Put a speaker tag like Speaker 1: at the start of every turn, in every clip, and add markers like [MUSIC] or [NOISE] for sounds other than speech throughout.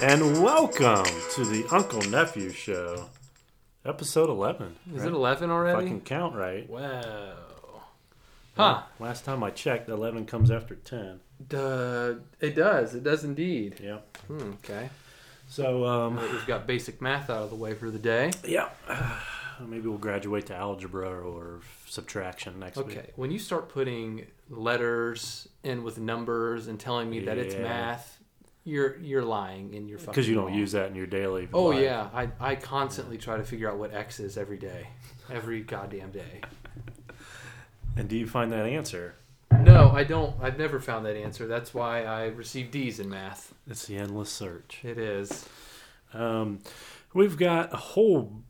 Speaker 1: And welcome to the Uncle Nephew Show, episode 11.
Speaker 2: Is
Speaker 1: right?
Speaker 2: it 11
Speaker 1: If
Speaker 2: already?
Speaker 1: I can count right.
Speaker 2: Wow. Huh.
Speaker 1: Last time I checked, 11 comes after 10.
Speaker 2: Duh. It does. It does indeed.
Speaker 1: Yeah.
Speaker 2: Hmm, okay.
Speaker 1: So, um,
Speaker 2: Well, we've got basic math out of the way for the day.
Speaker 1: yeah. [SIGHS] Maybe we'll graduate to algebra or subtraction next week.
Speaker 2: Okay. When you start putting letters in with numbers and telling me that it's
Speaker 1: Yeah.
Speaker 2: math, you're you're lying in your fucking
Speaker 1: Because you don't
Speaker 2: wrong.
Speaker 1: use that in your daily
Speaker 2: Oh
Speaker 1: life.
Speaker 2: yeah, I I constantly try to figure out what x is every day. Every goddamn day.
Speaker 1: And do you find that answer?
Speaker 2: No, I don't. I've never found that answer. That's why I received D's in math.
Speaker 1: It's the endless search.
Speaker 2: It is.
Speaker 1: Um, we've got a whole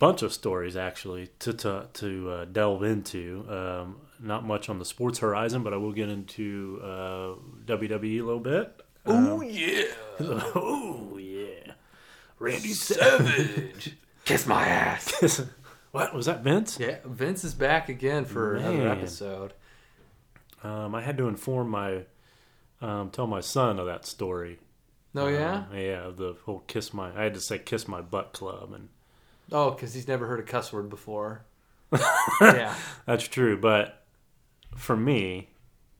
Speaker 1: bunch of stories actually to to, to uh, delve into. Um, not much on the sports horizon, but I will get into uh, WWE a little bit.
Speaker 2: Oh yeah. Uh,
Speaker 1: [LAUGHS] oh yeah, Randy [LAUGHS]
Speaker 2: Savage. Kiss my ass.
Speaker 1: Savage. [LAUGHS] what was that, Vince?
Speaker 2: Yeah, Vince is back again for another
Speaker 1: Man.
Speaker 2: episode.
Speaker 1: Um, I had to inform my um, tell my son of that story.
Speaker 2: No, Oh, yeah.
Speaker 1: Um, yeah, of the whole kiss my. I had to say kiss my butt club, and
Speaker 2: Oh, because he's never heard a cuss word
Speaker 1: [LAUGHS]
Speaker 2: before. yeah.
Speaker 1: that's true. But for me,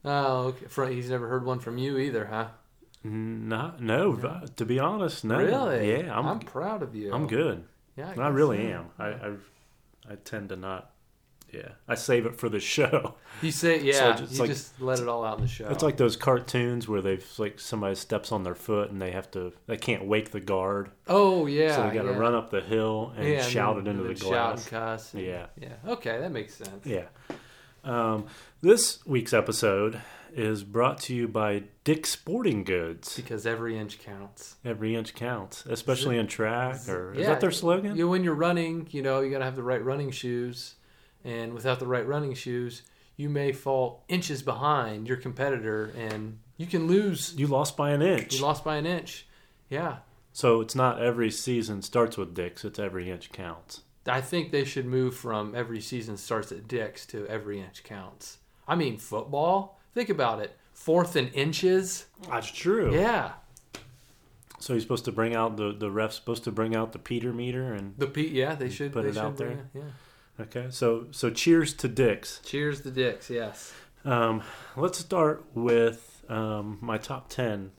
Speaker 2: Oh, okay. Fr- he's never heard one from you either, huh?
Speaker 1: Not, no, v- to be honest, no.
Speaker 2: Really?
Speaker 1: Oh, Yeah, I'm, I'm,
Speaker 2: proud of you.
Speaker 1: good.
Speaker 2: Yeah,
Speaker 1: I,
Speaker 2: guess
Speaker 1: really
Speaker 2: so.
Speaker 1: am. I, I I tend to not. Yeah, I save it for the [LAUGHS] show.
Speaker 2: You say,
Speaker 1: So
Speaker 2: yeah.
Speaker 1: it's
Speaker 2: you
Speaker 1: like-
Speaker 2: just let it all out in the show.
Speaker 1: It's like those cartoons where they've like somebody steps on their foot and they have to they can't wake the guard,
Speaker 2: oh yeah.
Speaker 1: so they got to
Speaker 2: yeah.
Speaker 1: run up the hill and
Speaker 2: Yeah, and
Speaker 1: shout
Speaker 2: then-
Speaker 1: it into
Speaker 2: and
Speaker 1: the
Speaker 2: then shout
Speaker 1: glass.
Speaker 2: and cuss. and-
Speaker 1: Yeah.
Speaker 2: Yeah. Okay, that makes sense.
Speaker 1: Yeah. Um, this week's episode is brought to you by Dick Sporting Goods.
Speaker 2: Because every inch counts.
Speaker 1: Every inch counts, especially in track. Or is
Speaker 2: Yeah.
Speaker 1: that their slogan?
Speaker 2: You when you're running, you know, you gotta have the right running shoes, and without the right running shoes, you may fall inches behind your competitor, and you can lose.
Speaker 1: You lost by an inch.
Speaker 2: You lost by an inch. Yeah,
Speaker 1: So it's not every season starts with dicks, it's every inch counts.
Speaker 2: I think they should move from every season starts at dicks to every inch counts. I mean, football. Think about it. Fourth and inches.
Speaker 1: That's true.
Speaker 2: Yeah,
Speaker 1: So he's supposed to bring out the the ref's supposed to bring out the Peter meter and
Speaker 2: the P. Yeah, they should
Speaker 1: Put
Speaker 2: they
Speaker 1: it
Speaker 2: should
Speaker 1: out
Speaker 2: bring
Speaker 1: there.
Speaker 2: it- Yeah.
Speaker 1: okay. So so cheers to dicks.
Speaker 2: Cheers the dicks. Yes.
Speaker 1: Um, let's start with um, my top ten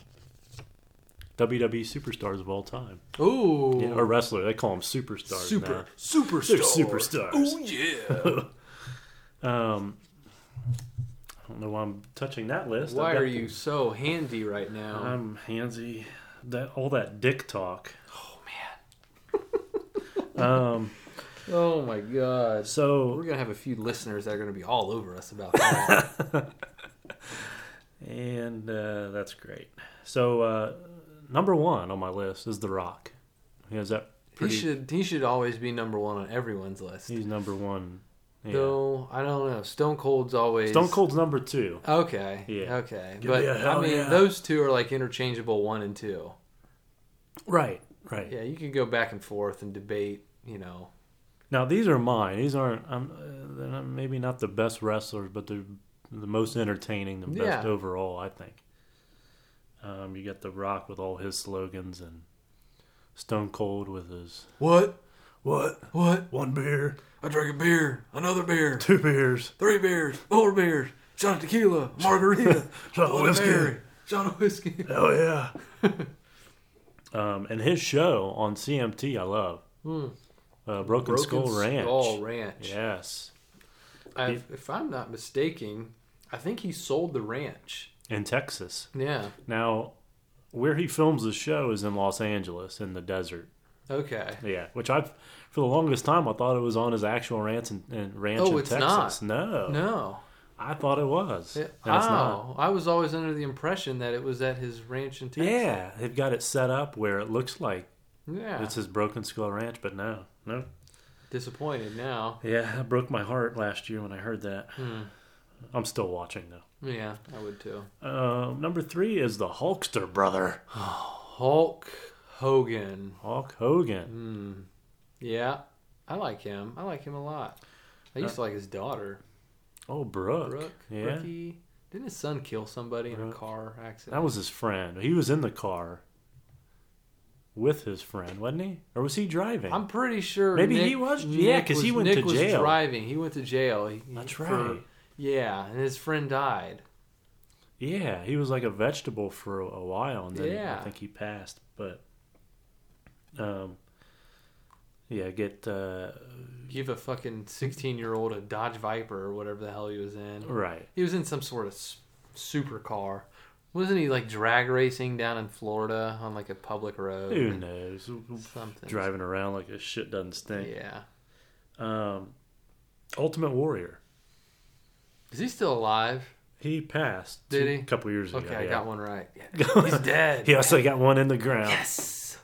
Speaker 1: WWE superstars of all time
Speaker 2: Ooh.
Speaker 1: yeah, or wrestler. They call them superstars.
Speaker 2: super
Speaker 1: now.
Speaker 2: super
Speaker 1: They're superstars.
Speaker 2: Oh
Speaker 1: [LAUGHS]
Speaker 2: yeah.
Speaker 1: Um, I don't know why I'm touching that list.
Speaker 2: Why
Speaker 1: I've got
Speaker 2: are you so handy right
Speaker 1: the-
Speaker 2: now?
Speaker 1: I'm handsy. That all that dick talk.
Speaker 2: oh man.
Speaker 1: [LAUGHS] Um,
Speaker 2: Oh my god.
Speaker 1: so
Speaker 2: We're gonna have a few listeners that are gonna be all over us
Speaker 1: [LAUGHS]
Speaker 2: about that.
Speaker 1: And uh, that's great. So uh, number one on my list is The Rock. He has that
Speaker 2: he
Speaker 1: pretty.
Speaker 2: should he should always be number one on everyone's list.
Speaker 1: He's number one. Yeah.
Speaker 2: Though I don't know. Stone Cold's always
Speaker 1: Stone Cold's number two.
Speaker 2: Okay.
Speaker 1: Yeah.
Speaker 2: Okay.
Speaker 1: Give
Speaker 2: but
Speaker 1: me a
Speaker 2: I
Speaker 1: hell
Speaker 2: mean
Speaker 1: yeah.
Speaker 2: those two are like interchangeable one and two.
Speaker 1: Right. Right.
Speaker 2: Yeah, you can go back and forth and debate, you know.
Speaker 1: Now these are mine. These aren't. I'm uh, they're not- maybe not the best wrestlers, but they're the most entertaining, the best
Speaker 2: Yeah.
Speaker 1: overall. I think. Um, you got The Rock with all his slogans and Stone Cold with his
Speaker 2: What?
Speaker 1: what
Speaker 2: What?
Speaker 1: one beer,
Speaker 2: I drank a beer, another beer,
Speaker 1: two beers,
Speaker 2: three beers, four beers, shot of tequila, [LAUGHS] margarita,
Speaker 1: shot
Speaker 2: Bloody Mary, shot of whiskey.
Speaker 1: Hell yeah. [LAUGHS] um, and his show on CMT, I love. Uh, Broken, Skull Ranch.
Speaker 2: Skull Ranch.
Speaker 1: Yes.
Speaker 2: I, if I'm not mistaken, I think he sold the ranch.
Speaker 1: In Texas.
Speaker 2: Yeah.
Speaker 1: Now, where he films the show is in Los Angeles in the desert.
Speaker 2: Okay.
Speaker 1: Yeah. Which I've, for the longest time, I thought it was on his actual ranch in, in, ranch
Speaker 2: Oh,
Speaker 1: in
Speaker 2: it's
Speaker 1: Texas. No.
Speaker 2: No.
Speaker 1: I thought it was.
Speaker 2: It,
Speaker 1: And Oh. it's
Speaker 2: oh,
Speaker 1: not.
Speaker 2: I was always under the impression that it was at his ranch in Texas.
Speaker 1: Yeah. They've got it set up where it looks like
Speaker 2: Yeah.
Speaker 1: it's his Broken Skull Ranch, but no. No.
Speaker 2: Disappointed now.
Speaker 1: Yeah. That broke my heart last year when I heard that.
Speaker 2: Hmm.
Speaker 1: I'm still watching though.
Speaker 2: Yeah, I would too.
Speaker 1: Um, number three is the Hulkster brother,
Speaker 2: Hulk Hogan.
Speaker 1: Hulk Hogan.
Speaker 2: Hmm. Yeah, I like him. I like him a lot. I used to like his daughter,
Speaker 1: Oh, Uh, Brooke.
Speaker 2: Brooke.
Speaker 1: Yeah.
Speaker 2: Brookie. Didn't his son kill somebody in a
Speaker 1: Brooke.
Speaker 2: car accident?
Speaker 1: That was his friend. He was in the car. with his friend, wasn't he? Or was he driving?
Speaker 2: I'm pretty sure.
Speaker 1: Maybe he was- yeah, 'cause he
Speaker 2: was-
Speaker 1: went
Speaker 2: Nick
Speaker 1: to jail.
Speaker 2: Was driving. He went to jail. He, he-
Speaker 1: That's
Speaker 2: for-
Speaker 1: right.
Speaker 2: yeah, and his friend died.
Speaker 1: yeah, he was like a vegetable for a, a while, and then I
Speaker 2: Yeah.
Speaker 1: think he passed. But, um, yeah, get uh,
Speaker 2: Give a fucking 16 year old a Dodge Viper or whatever the hell he was in.
Speaker 1: right.
Speaker 2: He was in some sort of s- supercar. Wasn't he like drag racing down in Florida on like a public road?
Speaker 1: Who knows?
Speaker 2: Something.
Speaker 1: Driving around like a shit doesn't stink.
Speaker 2: Yeah.
Speaker 1: Um, Ultimate Warrior.
Speaker 2: Is he still alive?
Speaker 1: He passed.
Speaker 2: Did
Speaker 1: two-
Speaker 2: he?
Speaker 1: couple years
Speaker 2: Okay,
Speaker 1: ago.
Speaker 2: I
Speaker 1: yeah.
Speaker 2: got one right.
Speaker 1: [LAUGHS]
Speaker 2: Yeah. He's dead.
Speaker 1: He also got one in the ground. [LAUGHS]
Speaker 2: Yes.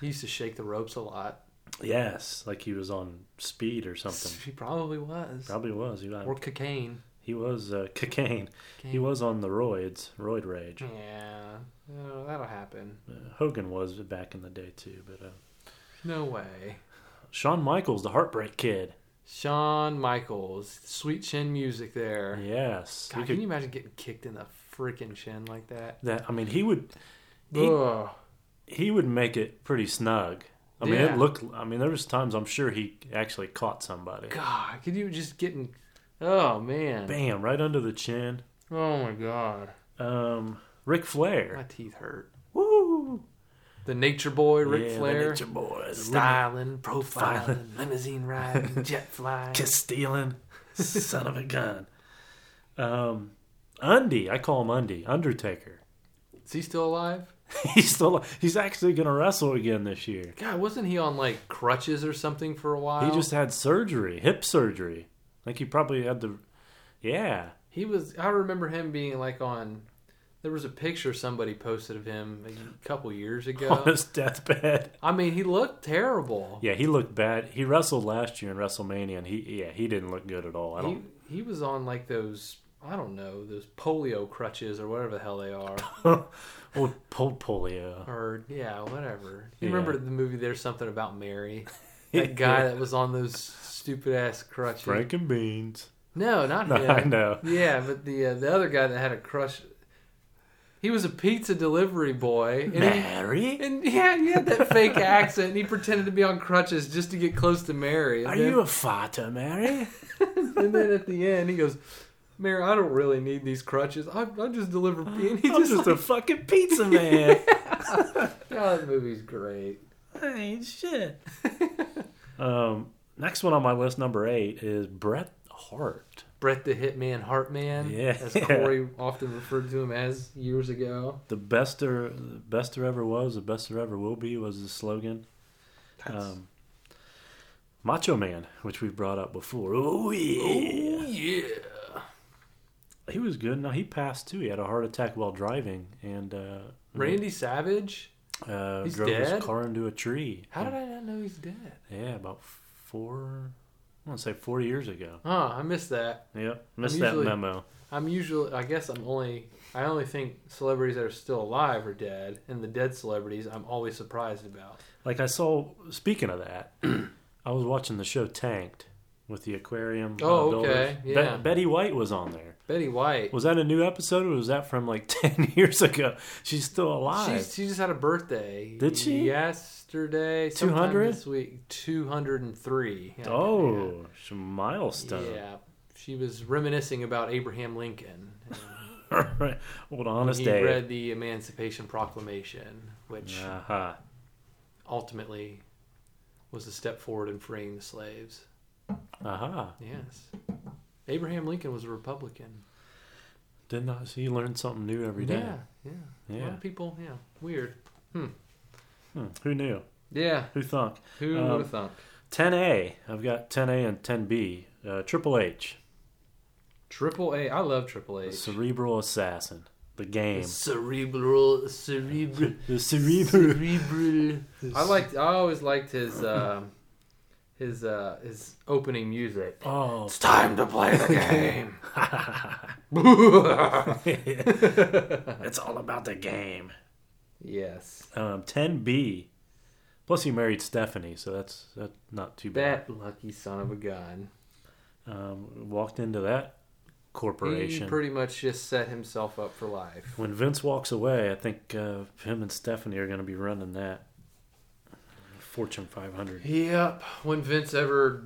Speaker 2: he used to shake the ropes a lot.
Speaker 1: Yes, like he was on speed or something.
Speaker 2: He probably was.
Speaker 1: Probably was. He was,
Speaker 2: Or cocaine.
Speaker 1: he was uh, cocaine. He was on the roids, roid rage.
Speaker 2: Hmm. Yeah. Oh, that'll happen.
Speaker 1: Uh, Hogan was back in the day too. But uh,
Speaker 2: No way.
Speaker 1: Shawn Michaels, the Heartbreak Kid.
Speaker 2: Shawn Michaels, sweet chin music there.
Speaker 1: Yes,
Speaker 2: God,
Speaker 1: He
Speaker 2: can
Speaker 1: could-
Speaker 2: you imagine getting kicked in the freaking chin like that?
Speaker 1: that. I mean, he would. He,
Speaker 2: Ugh.
Speaker 1: he would make it pretty snug. I mean,
Speaker 2: Yeah.
Speaker 1: it looked. I mean, there was times I'm sure he actually caught somebody.
Speaker 2: God, could you just getting? Oh man.
Speaker 1: Bam! Right under the chin.
Speaker 2: Oh my God.
Speaker 1: Um, Ric
Speaker 2: My
Speaker 1: Flair.
Speaker 2: teeth hurt.
Speaker 1: Woo!
Speaker 2: The Nature Boy,
Speaker 1: Yeah,
Speaker 2: Ric
Speaker 1: the
Speaker 2: Flair.
Speaker 1: Nature Boys.
Speaker 2: Styling, profiling, [LAUGHS] limousine
Speaker 1: [LAUGHS]
Speaker 2: riding, jet flying.
Speaker 1: Kiss stealing, son of a gun. Um, Undy, I call him Undy, Undertaker. [LAUGHS]
Speaker 2: Is he still alive?
Speaker 1: He's still he's actually gonna wrestle again this year.
Speaker 2: God, wasn't he on like crutches or something for a while?
Speaker 1: He just had surgery, hip surgery. I think he probably had the yeah.
Speaker 2: He was. I remember him being like on. There was a picture somebody posted of him a couple
Speaker 1: [LAUGHS]
Speaker 2: years
Speaker 1: on
Speaker 2: ago.
Speaker 1: his deathbed.
Speaker 2: I mean, he looked terrible.
Speaker 1: Yeah, he looked bad. He wrestled last year in WrestleMania, and he yeah he didn't look good at all. I
Speaker 2: he
Speaker 1: don't.
Speaker 2: he was on like those. I don't know those polio crutches or whatever the hell
Speaker 1: [LAUGHS]
Speaker 2: they are,
Speaker 1: well, pulled polio.
Speaker 2: or yeah, whatever.
Speaker 1: Yeah.
Speaker 2: You remember the movie? There's something about Mary.
Speaker 1: [LAUGHS]
Speaker 2: That guy that was on those stupid ass crutches.
Speaker 1: Frank and beans.
Speaker 2: No, not
Speaker 1: No, [LAUGHS]
Speaker 2: him.
Speaker 1: I know.
Speaker 2: Yeah, but the uh, the other guy that had a crush, he was a pizza delivery boy, and, he,
Speaker 1: Mary,
Speaker 2: and yeah, he had that fake accent, and he pretended to be on crutches just to get close to Mary. And
Speaker 1: are
Speaker 2: then,
Speaker 1: you a fata, Mary?
Speaker 2: and then at the end, he goes, "Mary, I don't really need these crutches. I, I
Speaker 1: [LAUGHS]
Speaker 2: just deliver." pizza." And he
Speaker 1: I'm
Speaker 2: just, [LAUGHS]
Speaker 1: just a fucking pizza [LAUGHS] man.
Speaker 2: God, Oh, that movie's great.
Speaker 1: I ain't shit. [LAUGHS] um, next one on my list, number eight, is Bret Hart.
Speaker 2: Brett the Hitman Hartman,
Speaker 1: Yeah.
Speaker 2: as Corey often referred to him as years ago.
Speaker 1: The best there, the best there ever was, the best there ever will be was the slogan. Um, Macho Man, which we brought up before. Oh yeah,
Speaker 2: yeah.
Speaker 1: he was good. No, he passed too. He had a heart attack while driving, and uh,
Speaker 2: Randy Savage.
Speaker 1: uh,
Speaker 2: He's
Speaker 1: drove
Speaker 2: dead?
Speaker 1: his car into a tree.
Speaker 2: How did I not know he's dead?
Speaker 1: Yeah, about four. I want to say four years ago.
Speaker 2: Huh, I missed that.
Speaker 1: Yep, missed that
Speaker 2: usually-
Speaker 1: memo.
Speaker 2: I'm usually, I guess I'm only, I only think celebrities that are still alive are dead, and the dead celebrities I'm always surprised about.
Speaker 1: Like I saw. Speaking of that, [CLEARS THROAT] I was watching the show Tanked with the aquarium.
Speaker 2: Oh,
Speaker 1: builders.
Speaker 2: okay,
Speaker 1: Be-
Speaker 2: yeah.
Speaker 1: Betty White was on there.
Speaker 2: Betty White,
Speaker 1: Was that a new episode, or was that from like [LAUGHS] ten years ago? She's still alive.
Speaker 2: she, she just had a birthday.
Speaker 1: Did she?
Speaker 2: Yesterday, sometime
Speaker 1: 200?
Speaker 2: this week, two hundred and three.
Speaker 1: oh, it's a
Speaker 2: yeah.
Speaker 1: milestone. [LAUGHS]
Speaker 2: yeah. She was reminiscing about Abraham Lincoln. and
Speaker 1: Right. Old honest
Speaker 2: He
Speaker 1: Abe.
Speaker 2: read the Emancipation Proclamation, which
Speaker 1: Uh-huh.
Speaker 2: ultimately was a step forward in freeing the slaves.
Speaker 1: Uh-huh.
Speaker 2: Yes, Abraham Lincoln was a Republican.
Speaker 1: Did not see. You learn something new every day.
Speaker 2: Yeah, yeah. A lot
Speaker 1: Yeah.
Speaker 2: of people, yeah. Weird.
Speaker 1: Hmm. Who knew?
Speaker 2: Yeah.
Speaker 1: Who thunk?
Speaker 2: Who
Speaker 1: Um,
Speaker 2: would have thunk?
Speaker 1: 10A. I've got 10A and 10B. Uh, Triple H,
Speaker 2: Triple A. I love Triple
Speaker 1: the
Speaker 2: H.
Speaker 1: Cerebral Assassin, the game.
Speaker 2: cerebral, cerebral,
Speaker 1: The Cerebral.
Speaker 2: cerebral. I liked. I always liked his um his uh, his opening music.
Speaker 1: Oh,
Speaker 2: It's time to play the [LAUGHS] game.
Speaker 1: [LAUGHS] it's all about the game.
Speaker 2: yes.
Speaker 1: Um, 10B. Plus, he married Stephanie, so that's that's not too bad.
Speaker 2: That lucky son of a gun.
Speaker 1: Um, walked into that corporation.
Speaker 2: He pretty much just set himself up for life.
Speaker 1: when Vince walks away, I think uh, him and Stephanie are going to be running that Fortune 500.
Speaker 2: Yep. When Vince ever,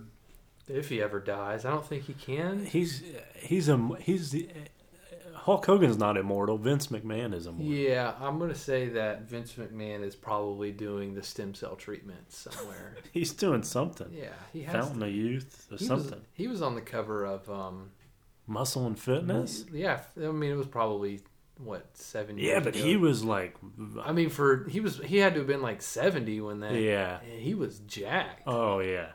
Speaker 2: if he ever dies, I don't think he can.
Speaker 1: He's he's a he's the, Hulk Hogan's not immortal. Vince McMahon is immortal.
Speaker 2: Yeah, I'm gonna say that Vince McMahon is probably doing the stem cell treatment somewhere.
Speaker 1: He's doing something.
Speaker 2: yeah, he has.
Speaker 1: Fountain of Youth or
Speaker 2: he
Speaker 1: something.
Speaker 2: Was, he was on the cover of um.
Speaker 1: Muscle and Fitness.
Speaker 2: Yeah, I mean it was probably what seven.
Speaker 1: Yeah,
Speaker 2: years
Speaker 1: but
Speaker 2: ago.
Speaker 1: he was like,
Speaker 2: I mean, for he was he had to have been like 70 when that.
Speaker 1: yeah.
Speaker 2: And he was jacked.
Speaker 1: Oh yeah.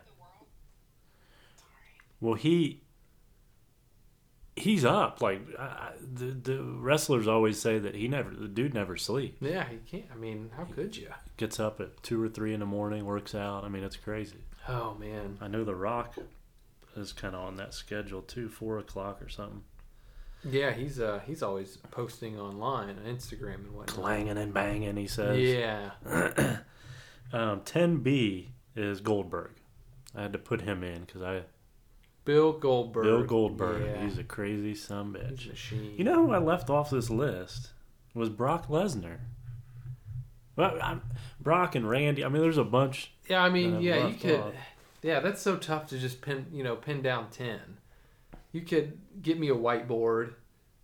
Speaker 1: Well, he he's up. Like I, I- the the wrestlers always say that he never the dude never sleeps.
Speaker 2: yeah, he can't. I mean, how could you?
Speaker 1: Gets up at two or three in the morning, works out. I mean, it's crazy.
Speaker 2: Oh man.
Speaker 1: I know The Rock is kind of on that schedule too, four o'clock or something.
Speaker 2: Yeah, he's uh he's always posting online on Instagram and whatnot.
Speaker 1: Clanging and banging, he says.
Speaker 2: Yeah.
Speaker 1: [CLEARS THROAT] Um, 10B is Goldberg. I had to put him in because I
Speaker 2: Bill Goldberg.
Speaker 1: Bill Goldberg.
Speaker 2: Yeah.
Speaker 1: He's a crazy son bitch.
Speaker 2: He's a machine.
Speaker 1: You know who I left off this list was Brock Lesnar. Well, i Brock and Randy. I mean, there's a bunch.
Speaker 2: Yeah, I mean,
Speaker 1: that I've
Speaker 2: yeah, you
Speaker 1: left
Speaker 2: could.
Speaker 1: off.
Speaker 2: Yeah, that's so tough to just pin, you know, pin down 10. You could get me a whiteboard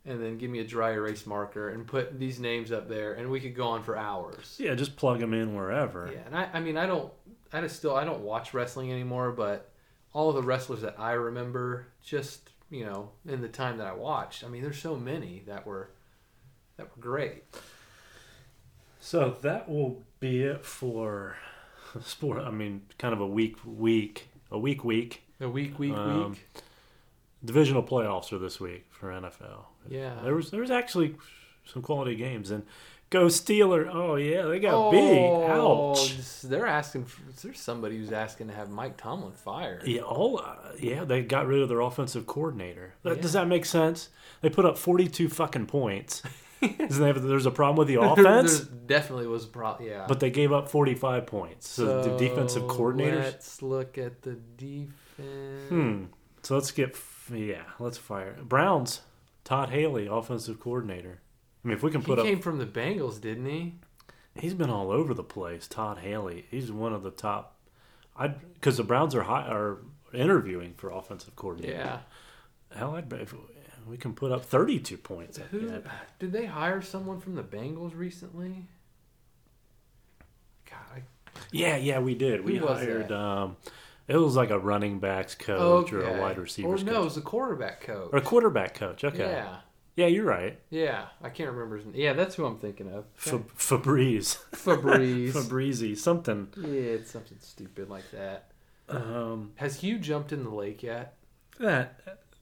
Speaker 2: and then give me a dry erase marker and put these names up there and we could go on for hours.
Speaker 1: Yeah, just plug them in wherever.
Speaker 2: Yeah, and I, I mean, I don't, I just still, I don't watch wrestling anymore, but all the wrestlers that I remember, just you know, in the time that I watched, I mean, there's so many that were, that were great.
Speaker 1: So that will be it for [LAUGHS] sport. I mean, kind of a week week a week week.
Speaker 2: A week, week,
Speaker 1: Um,
Speaker 2: week.
Speaker 1: Divisional playoffs are this week for NFL.
Speaker 2: Yeah.
Speaker 1: There was there was actually some quality games and go Steeler. Oh yeah, they got beat. Ouch.
Speaker 2: Oh, They're asking. For, there's somebody who's asking to have Mike Tomlin fired.
Speaker 1: Yeah, all uh, yeah, they got rid of their offensive coordinator. That-
Speaker 2: Yeah.
Speaker 1: Does that make sense? They put up forty-two fucking
Speaker 2: [LAUGHS]
Speaker 1: points. Doesn't have, there's a problem with the offense,
Speaker 2: there definitely was a problem. Yeah,
Speaker 1: but they gave up forty-five points. So, the defensive
Speaker 2: So,
Speaker 1: coordinators.
Speaker 2: Let's look at the defense.
Speaker 1: Hmm. So let's get yeah, let's fire Browns. Todd Haley, offensive coordinator. I mean, if we can
Speaker 2: He
Speaker 1: put
Speaker 2: came from the Bengals, didn't he?
Speaker 1: up, he's been all over the place. Todd Haley, he's one of the top. I because the Browns are high, are interviewing for offensive coordinator.
Speaker 2: Yeah.
Speaker 1: Hell, I'd, if we can put up 32 points. I'd be
Speaker 2: Who
Speaker 1: happy.
Speaker 2: did they hire someone from the Bengals recently? God, I,
Speaker 1: Yeah, yeah, we did. We
Speaker 2: Who was
Speaker 1: hired.
Speaker 2: that?
Speaker 1: Um, it was like a running backs coach
Speaker 2: okay.
Speaker 1: or a Oh, wide receiver
Speaker 2: Or
Speaker 1: coach
Speaker 2: no, it was the quarterback coach.
Speaker 1: or a quarterback coach. Okay, yeah,
Speaker 2: Yeah,
Speaker 1: you're right.
Speaker 2: yeah. I can't remember his name. Yeah, that's who I'm thinking of.
Speaker 1: Fa- Febreze, [LAUGHS]
Speaker 2: Febreze.
Speaker 1: Febreze, something.
Speaker 2: Yeah, it's something stupid like that.
Speaker 1: Um,
Speaker 2: Has Hugh jumped in the lake yet?
Speaker 1: that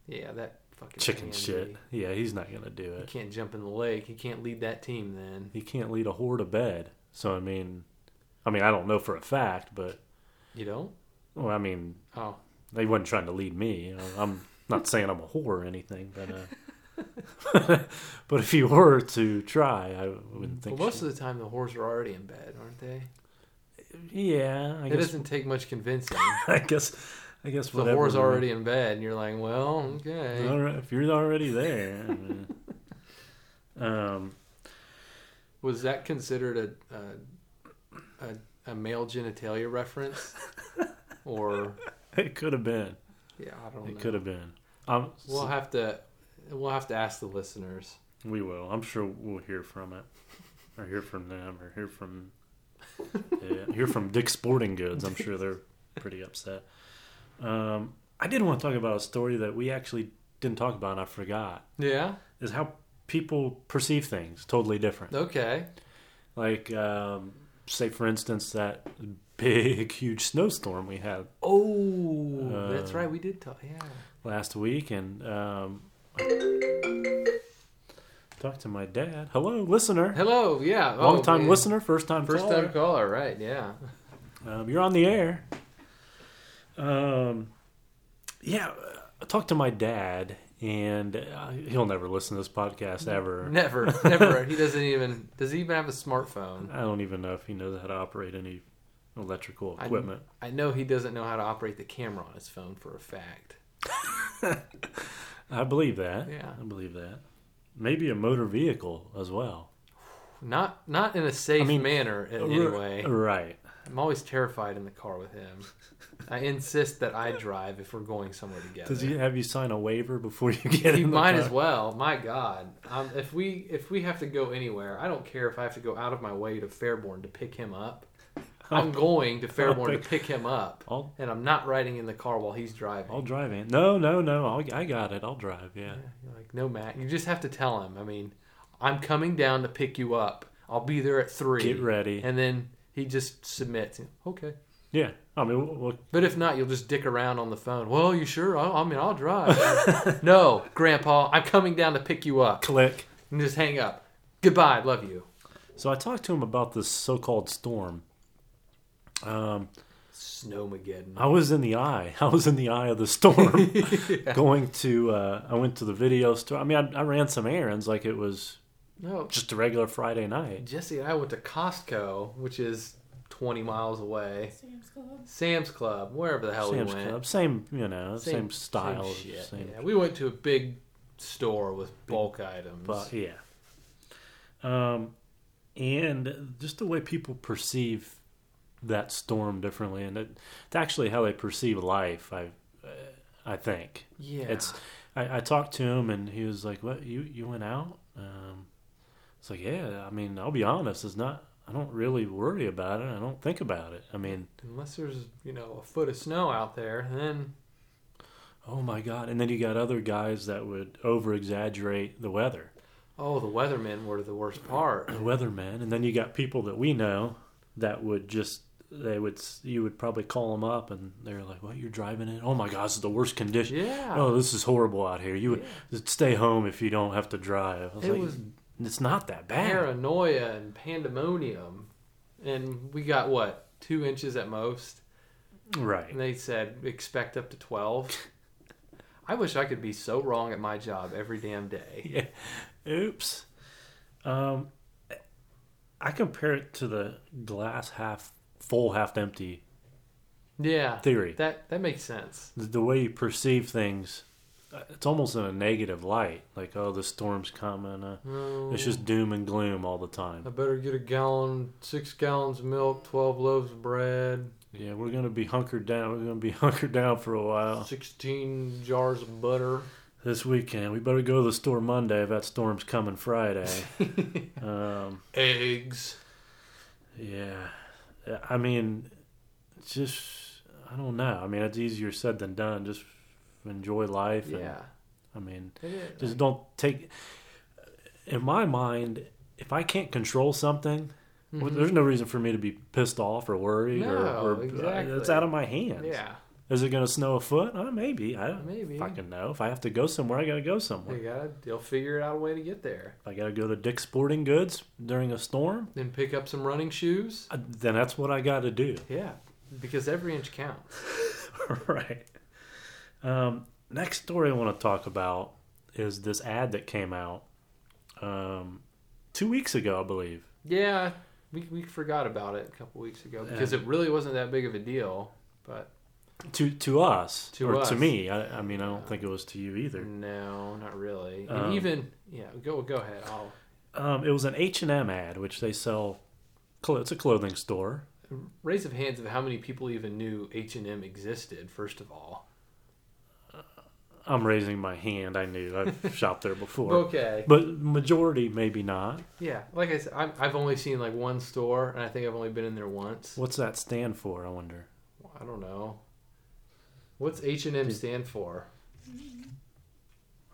Speaker 2: Yeah, that fucking
Speaker 1: chicken
Speaker 2: Andy.
Speaker 1: shit. Yeah, he's not gonna do
Speaker 2: He
Speaker 1: it.
Speaker 2: can't jump in the lake. He can't lead that team then.
Speaker 1: He can't lead a whore to bed. So I mean, I mean, I don't know for a fact, but
Speaker 2: You don't?
Speaker 1: well, I mean,
Speaker 2: Oh,
Speaker 1: they wasn't trying to lead me. You know, I'm not saying I'm a whore or anything, but uh, [LAUGHS] but if you were to try, I wouldn't think.
Speaker 2: well, most
Speaker 1: she-
Speaker 2: of Mm, the time the whores are already in bed, aren't they?
Speaker 1: Yeah, I
Speaker 2: it
Speaker 1: guess.
Speaker 2: doesn't take much convincing.
Speaker 1: [LAUGHS] I guess. I guess
Speaker 2: the
Speaker 1: whatever. uh,
Speaker 2: whore's already in bed, and you're like, well, okay.
Speaker 1: All right, if you're already there. I mean, [LAUGHS] um.
Speaker 2: Was that considered a a, a, a male
Speaker 1: [LAUGHS]
Speaker 2: genitalia reference? or
Speaker 1: It could have been.
Speaker 2: yeah, I don't
Speaker 1: It
Speaker 2: know.
Speaker 1: could have been. Um,
Speaker 2: We'll have to we'll have to ask the listeners.
Speaker 1: we will. I'm sure we'll hear from it, or hear from them, or hear
Speaker 2: [LAUGHS]
Speaker 1: from, yeah, hear from Dick Sporting Goods. I'm sure they're pretty upset. Um, I did want to talk about a story that we actually didn't talk about, and I forgot.
Speaker 2: Yeah.
Speaker 1: Is how people perceive things totally different.
Speaker 2: Okay.
Speaker 1: Like, um, say for instance, that big, [LAUGHS] huge snowstorm we had
Speaker 2: Oh, that's
Speaker 1: Uh,
Speaker 2: right. We did talk. Yeah.
Speaker 1: last week, and um, talked to my dad. Hello, listener,
Speaker 2: Hello. Yeah. Oh,
Speaker 1: long time
Speaker 2: man.
Speaker 1: listener, first time
Speaker 2: First
Speaker 1: caller.
Speaker 2: time caller. Right. Yeah.
Speaker 1: Um, you're on the air. Um, yeah, I talked to my dad, and uh, he'll never listen to this podcast ever.
Speaker 2: Never. Never. [LAUGHS] he doesn't even. Does he even have a smartphone?
Speaker 1: I don't even know if he knows how to operate any electrical
Speaker 2: I-
Speaker 1: equipment.
Speaker 2: I know he doesn't know how to operate the camera on his phone for a fact.
Speaker 1: I believe that.
Speaker 2: Yeah.
Speaker 1: I believe that. Maybe a motor vehicle as well.
Speaker 2: Not not in a safe
Speaker 1: mean,
Speaker 2: manner in any way.
Speaker 1: Right.
Speaker 2: I'm always terrified in the car with him. I insist that I drive if we're going somewhere together.
Speaker 1: Does he have you sign a waiver before you [LAUGHS] get in
Speaker 2: you
Speaker 1: the
Speaker 2: might
Speaker 1: car?
Speaker 2: as well. My God, um, if we if we have to go anywhere, I don't care if I have to go out of my way to Fairborn to pick him up.
Speaker 1: [LAUGHS]
Speaker 2: I'm going to Fairborn to pick him up,
Speaker 1: I'll-
Speaker 2: and I'm not riding in the car while he's driving.
Speaker 1: I'll drive in. No, no, no. I'll, I got it. I'll drive. Yeah.
Speaker 2: You're [LAUGHS] like, no, Matt, you just have to tell him. I mean, I'm coming down to pick you up. I'll be there at three.
Speaker 1: Get ready.
Speaker 2: and then he just submits. Okay,
Speaker 1: Yeah. I mean, what, what,
Speaker 2: but if not, you'll just dick around on the phone. Well, you sure? I, I mean, I'll
Speaker 1: [LAUGHS]
Speaker 2: drive. no, Grandpa, I'm coming down to pick you up.
Speaker 1: click.
Speaker 2: And just hang up. Goodbye. Love you.
Speaker 1: So I talked to him about this so-called storm. Um,
Speaker 2: [LAUGHS] Snowmageddon.
Speaker 1: I was in the eye. [LAUGHS] I was in the eye of the
Speaker 2: [LAUGHS]
Speaker 1: storm. [LAUGHS] Going to, uh, I went to the video store. I mean, I, I ran some errands like it was
Speaker 2: No,
Speaker 1: just a regular Friday night.
Speaker 2: Jesse and I went to Costco, which is 20 miles away.
Speaker 3: Sam's Club.
Speaker 2: Sam's Club, wherever the hell
Speaker 1: Sam's
Speaker 2: we went.
Speaker 1: Club, same you know, same, style,
Speaker 2: same
Speaker 1: same,
Speaker 2: shit. Yeah, we went to a big store with bulk items.
Speaker 1: But yeah. Um, and just the way people perceive that storm differently, and it, it's actually how they perceive life. I, uh, I think
Speaker 2: yeah,
Speaker 1: it's. I, I talked to him, and he was like, "What you you went out?" Um, it's like, yeah. I mean, I'll be honest. It's not. I don't really worry about it. I don't think about it. I mean,
Speaker 2: unless there's you know a foot of snow out there, then
Speaker 1: oh my god. And then you got other guys that would over exaggerate the weather.
Speaker 2: oh, the weathermen were the worst
Speaker 1: [COUGHS]
Speaker 2: part.
Speaker 1: the weatherman, and then you got people that we know that would just they would you would probably call them up and they're like, "What you're driving in? Oh my gosh, it's the worst condition.
Speaker 2: Yeah,
Speaker 1: Oh, this is horrible out here. You would
Speaker 2: Yeah.
Speaker 1: just stay home if you don't have to drive." I was
Speaker 2: it
Speaker 1: like,
Speaker 2: was
Speaker 1: "It's not that bad."
Speaker 2: paranoia and pandemonium, and we got what two inches at most.
Speaker 1: Right.
Speaker 2: And they said expect up
Speaker 1: [LAUGHS]
Speaker 2: to 12. I wish I could be so wrong at my job every damn day.
Speaker 1: Yeah. Oops. Um, I compare it to the glass half full, half empty
Speaker 2: Yeah.
Speaker 1: theory.
Speaker 2: That that makes sense.
Speaker 1: the, the way you perceive things, uh, it's almost in a negative light. Like, oh, the storm's coming. Uh,
Speaker 2: No,
Speaker 1: It's just doom and gloom all the time.
Speaker 2: Um, I better get a gallon, six gallons of milk, 12 loaves of bread,
Speaker 1: Yeah, we're gonna be hunkered down. We're gonna be [LAUGHS] hunkered down for a while
Speaker 2: 16 jars of butter.
Speaker 1: this weekend. We better go to the store Monday if that storm's coming
Speaker 2: [LAUGHS]
Speaker 1: Friday. um,
Speaker 2: Eggs.
Speaker 1: yeah, I mean, it's just I don't know. I mean, it's easier said than done. Just enjoy life. And,
Speaker 2: Yeah.
Speaker 1: I mean,
Speaker 2: It is.
Speaker 1: uh, just don't take. In my mind, if I can't control something, well,
Speaker 2: Mhm.
Speaker 1: there's no reason for me to be pissed off or worried
Speaker 2: No,
Speaker 1: or, or
Speaker 2: exactly.
Speaker 1: it's out of my hands.
Speaker 2: Yeah.
Speaker 1: Is it going to snow a foot? Oh, maybe. I don't
Speaker 2: Maybe.
Speaker 1: fucking know. If I have to go somewhere, I got to go somewhere.
Speaker 2: They gotta, they'll figure out a way to get there.
Speaker 1: If I got to go to Dick's Sporting Goods during a storm,
Speaker 2: Then pick up some running shoes.
Speaker 1: I- then that's what I got to do.
Speaker 2: Yeah. Because every inch counts.
Speaker 1: [LAUGHS] right. Um, next story I want to talk about is this ad that came out um, two weeks ago, I believe.
Speaker 2: Yeah, we, we forgot about it a couple weeks ago because it really wasn't that big of a deal. But
Speaker 1: To to us
Speaker 2: To
Speaker 1: or
Speaker 2: us.
Speaker 1: to me. I, I mean, I don't think it was to you either.
Speaker 2: no, not really.
Speaker 1: Um,
Speaker 2: and even yeah, go go ahead. I'll,
Speaker 1: Um, it was an H and M ad, which they sell. clo- It's a clothing store.
Speaker 2: raise of hands of how many people even knew H and M existed. First of all,
Speaker 1: I'm raising my hand. I knew I've
Speaker 2: [LAUGHS]
Speaker 1: shopped there before,
Speaker 2: okay,
Speaker 1: but majority maybe not.
Speaker 2: yeah. Like I said, I'm, I've only seen like one store, and I think I've only been in there once.
Speaker 1: What's that stand for? I wonder.
Speaker 2: I don't know. What's H and M stand for?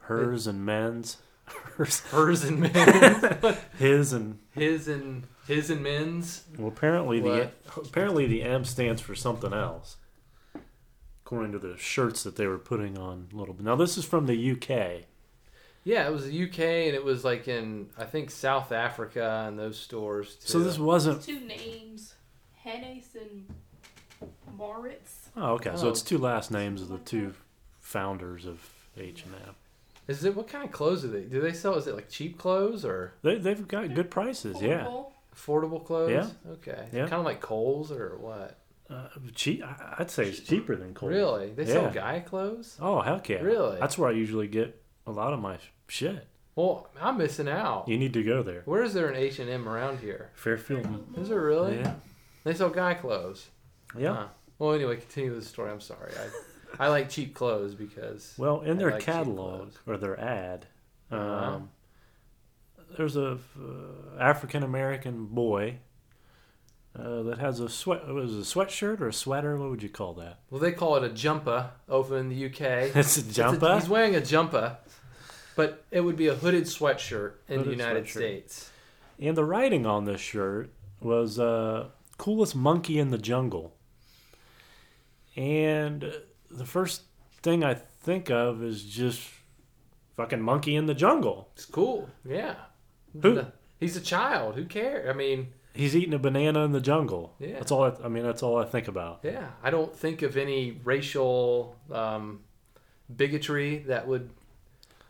Speaker 1: Hers and men's, [LAUGHS] hers,
Speaker 2: Hers and [LAUGHS] men's.
Speaker 1: his and
Speaker 2: his and his and men's.
Speaker 1: well, apparently the apparently the M stands for something else. According to the shirts that they were putting on, little. Now this is from the UK.
Speaker 2: Yeah, it was the UK, and it was like in I think South Africa and those stores. Too.
Speaker 1: So this wasn't.
Speaker 3: Two names, Hennes and Moritz.
Speaker 1: Oh, okay. So
Speaker 2: Oh.
Speaker 1: it's two last names of the two founders of H and M.
Speaker 2: is it. What kind of clothes do they do? They sell is it like cheap clothes or
Speaker 1: They they've got good prices. Yeah.
Speaker 3: Horrible.
Speaker 2: affordable clothes?
Speaker 1: Yeah.
Speaker 2: Okay.
Speaker 1: Yeah.
Speaker 2: Kind of like Kohl's or what?
Speaker 1: Uh, cheap. I'd say it's cheaper than Kohl's.
Speaker 2: Really? They sell
Speaker 1: Yeah.
Speaker 2: guy clothes?
Speaker 1: Oh heck yeah!
Speaker 2: Really?
Speaker 1: That's where I usually get a lot of my shit.
Speaker 2: Well, I'm missing out.
Speaker 1: You need to go there.
Speaker 2: Where is there an H and M around here?
Speaker 1: Fairfield.
Speaker 2: Is there really?
Speaker 1: Yeah.
Speaker 2: They sell guy clothes.
Speaker 1: Yeah.
Speaker 2: Huh. Well, anyway, continue with the story. I'm sorry. I, I like cheap
Speaker 1: [LAUGHS]
Speaker 2: clothes because
Speaker 1: Well, in their
Speaker 2: like cheap
Speaker 1: catalog
Speaker 2: clothes.
Speaker 1: or their ad, um,
Speaker 2: Uh-huh.
Speaker 1: there's a uh, African American boy uh, that has a sweat. Was it a sweatshirt or a sweater? What would you call that? [LAUGHS]
Speaker 2: well they call it a jumper over in the
Speaker 1: It's
Speaker 2: UK.
Speaker 1: a
Speaker 2: It's a-
Speaker 1: jumper.
Speaker 2: he's wearing a jumper, but it would be a hooded sweatshirt in the
Speaker 1: Hooded
Speaker 2: United
Speaker 1: sweatshirt.
Speaker 2: States.
Speaker 1: and the writing on this shirt was uh, "Coolest Monkey in the Jungle." And uh, the first thing I think of is just fucking monkey in the jungle.
Speaker 2: It's cool. Yeah.
Speaker 1: Who?
Speaker 2: He's a child. Who cares? I mean,
Speaker 1: He's eating a banana in the jungle.
Speaker 2: Yeah.
Speaker 1: That's all. I, I mean, that's all I think about.
Speaker 2: yeah. I don't think of any racial um, bigotry that would.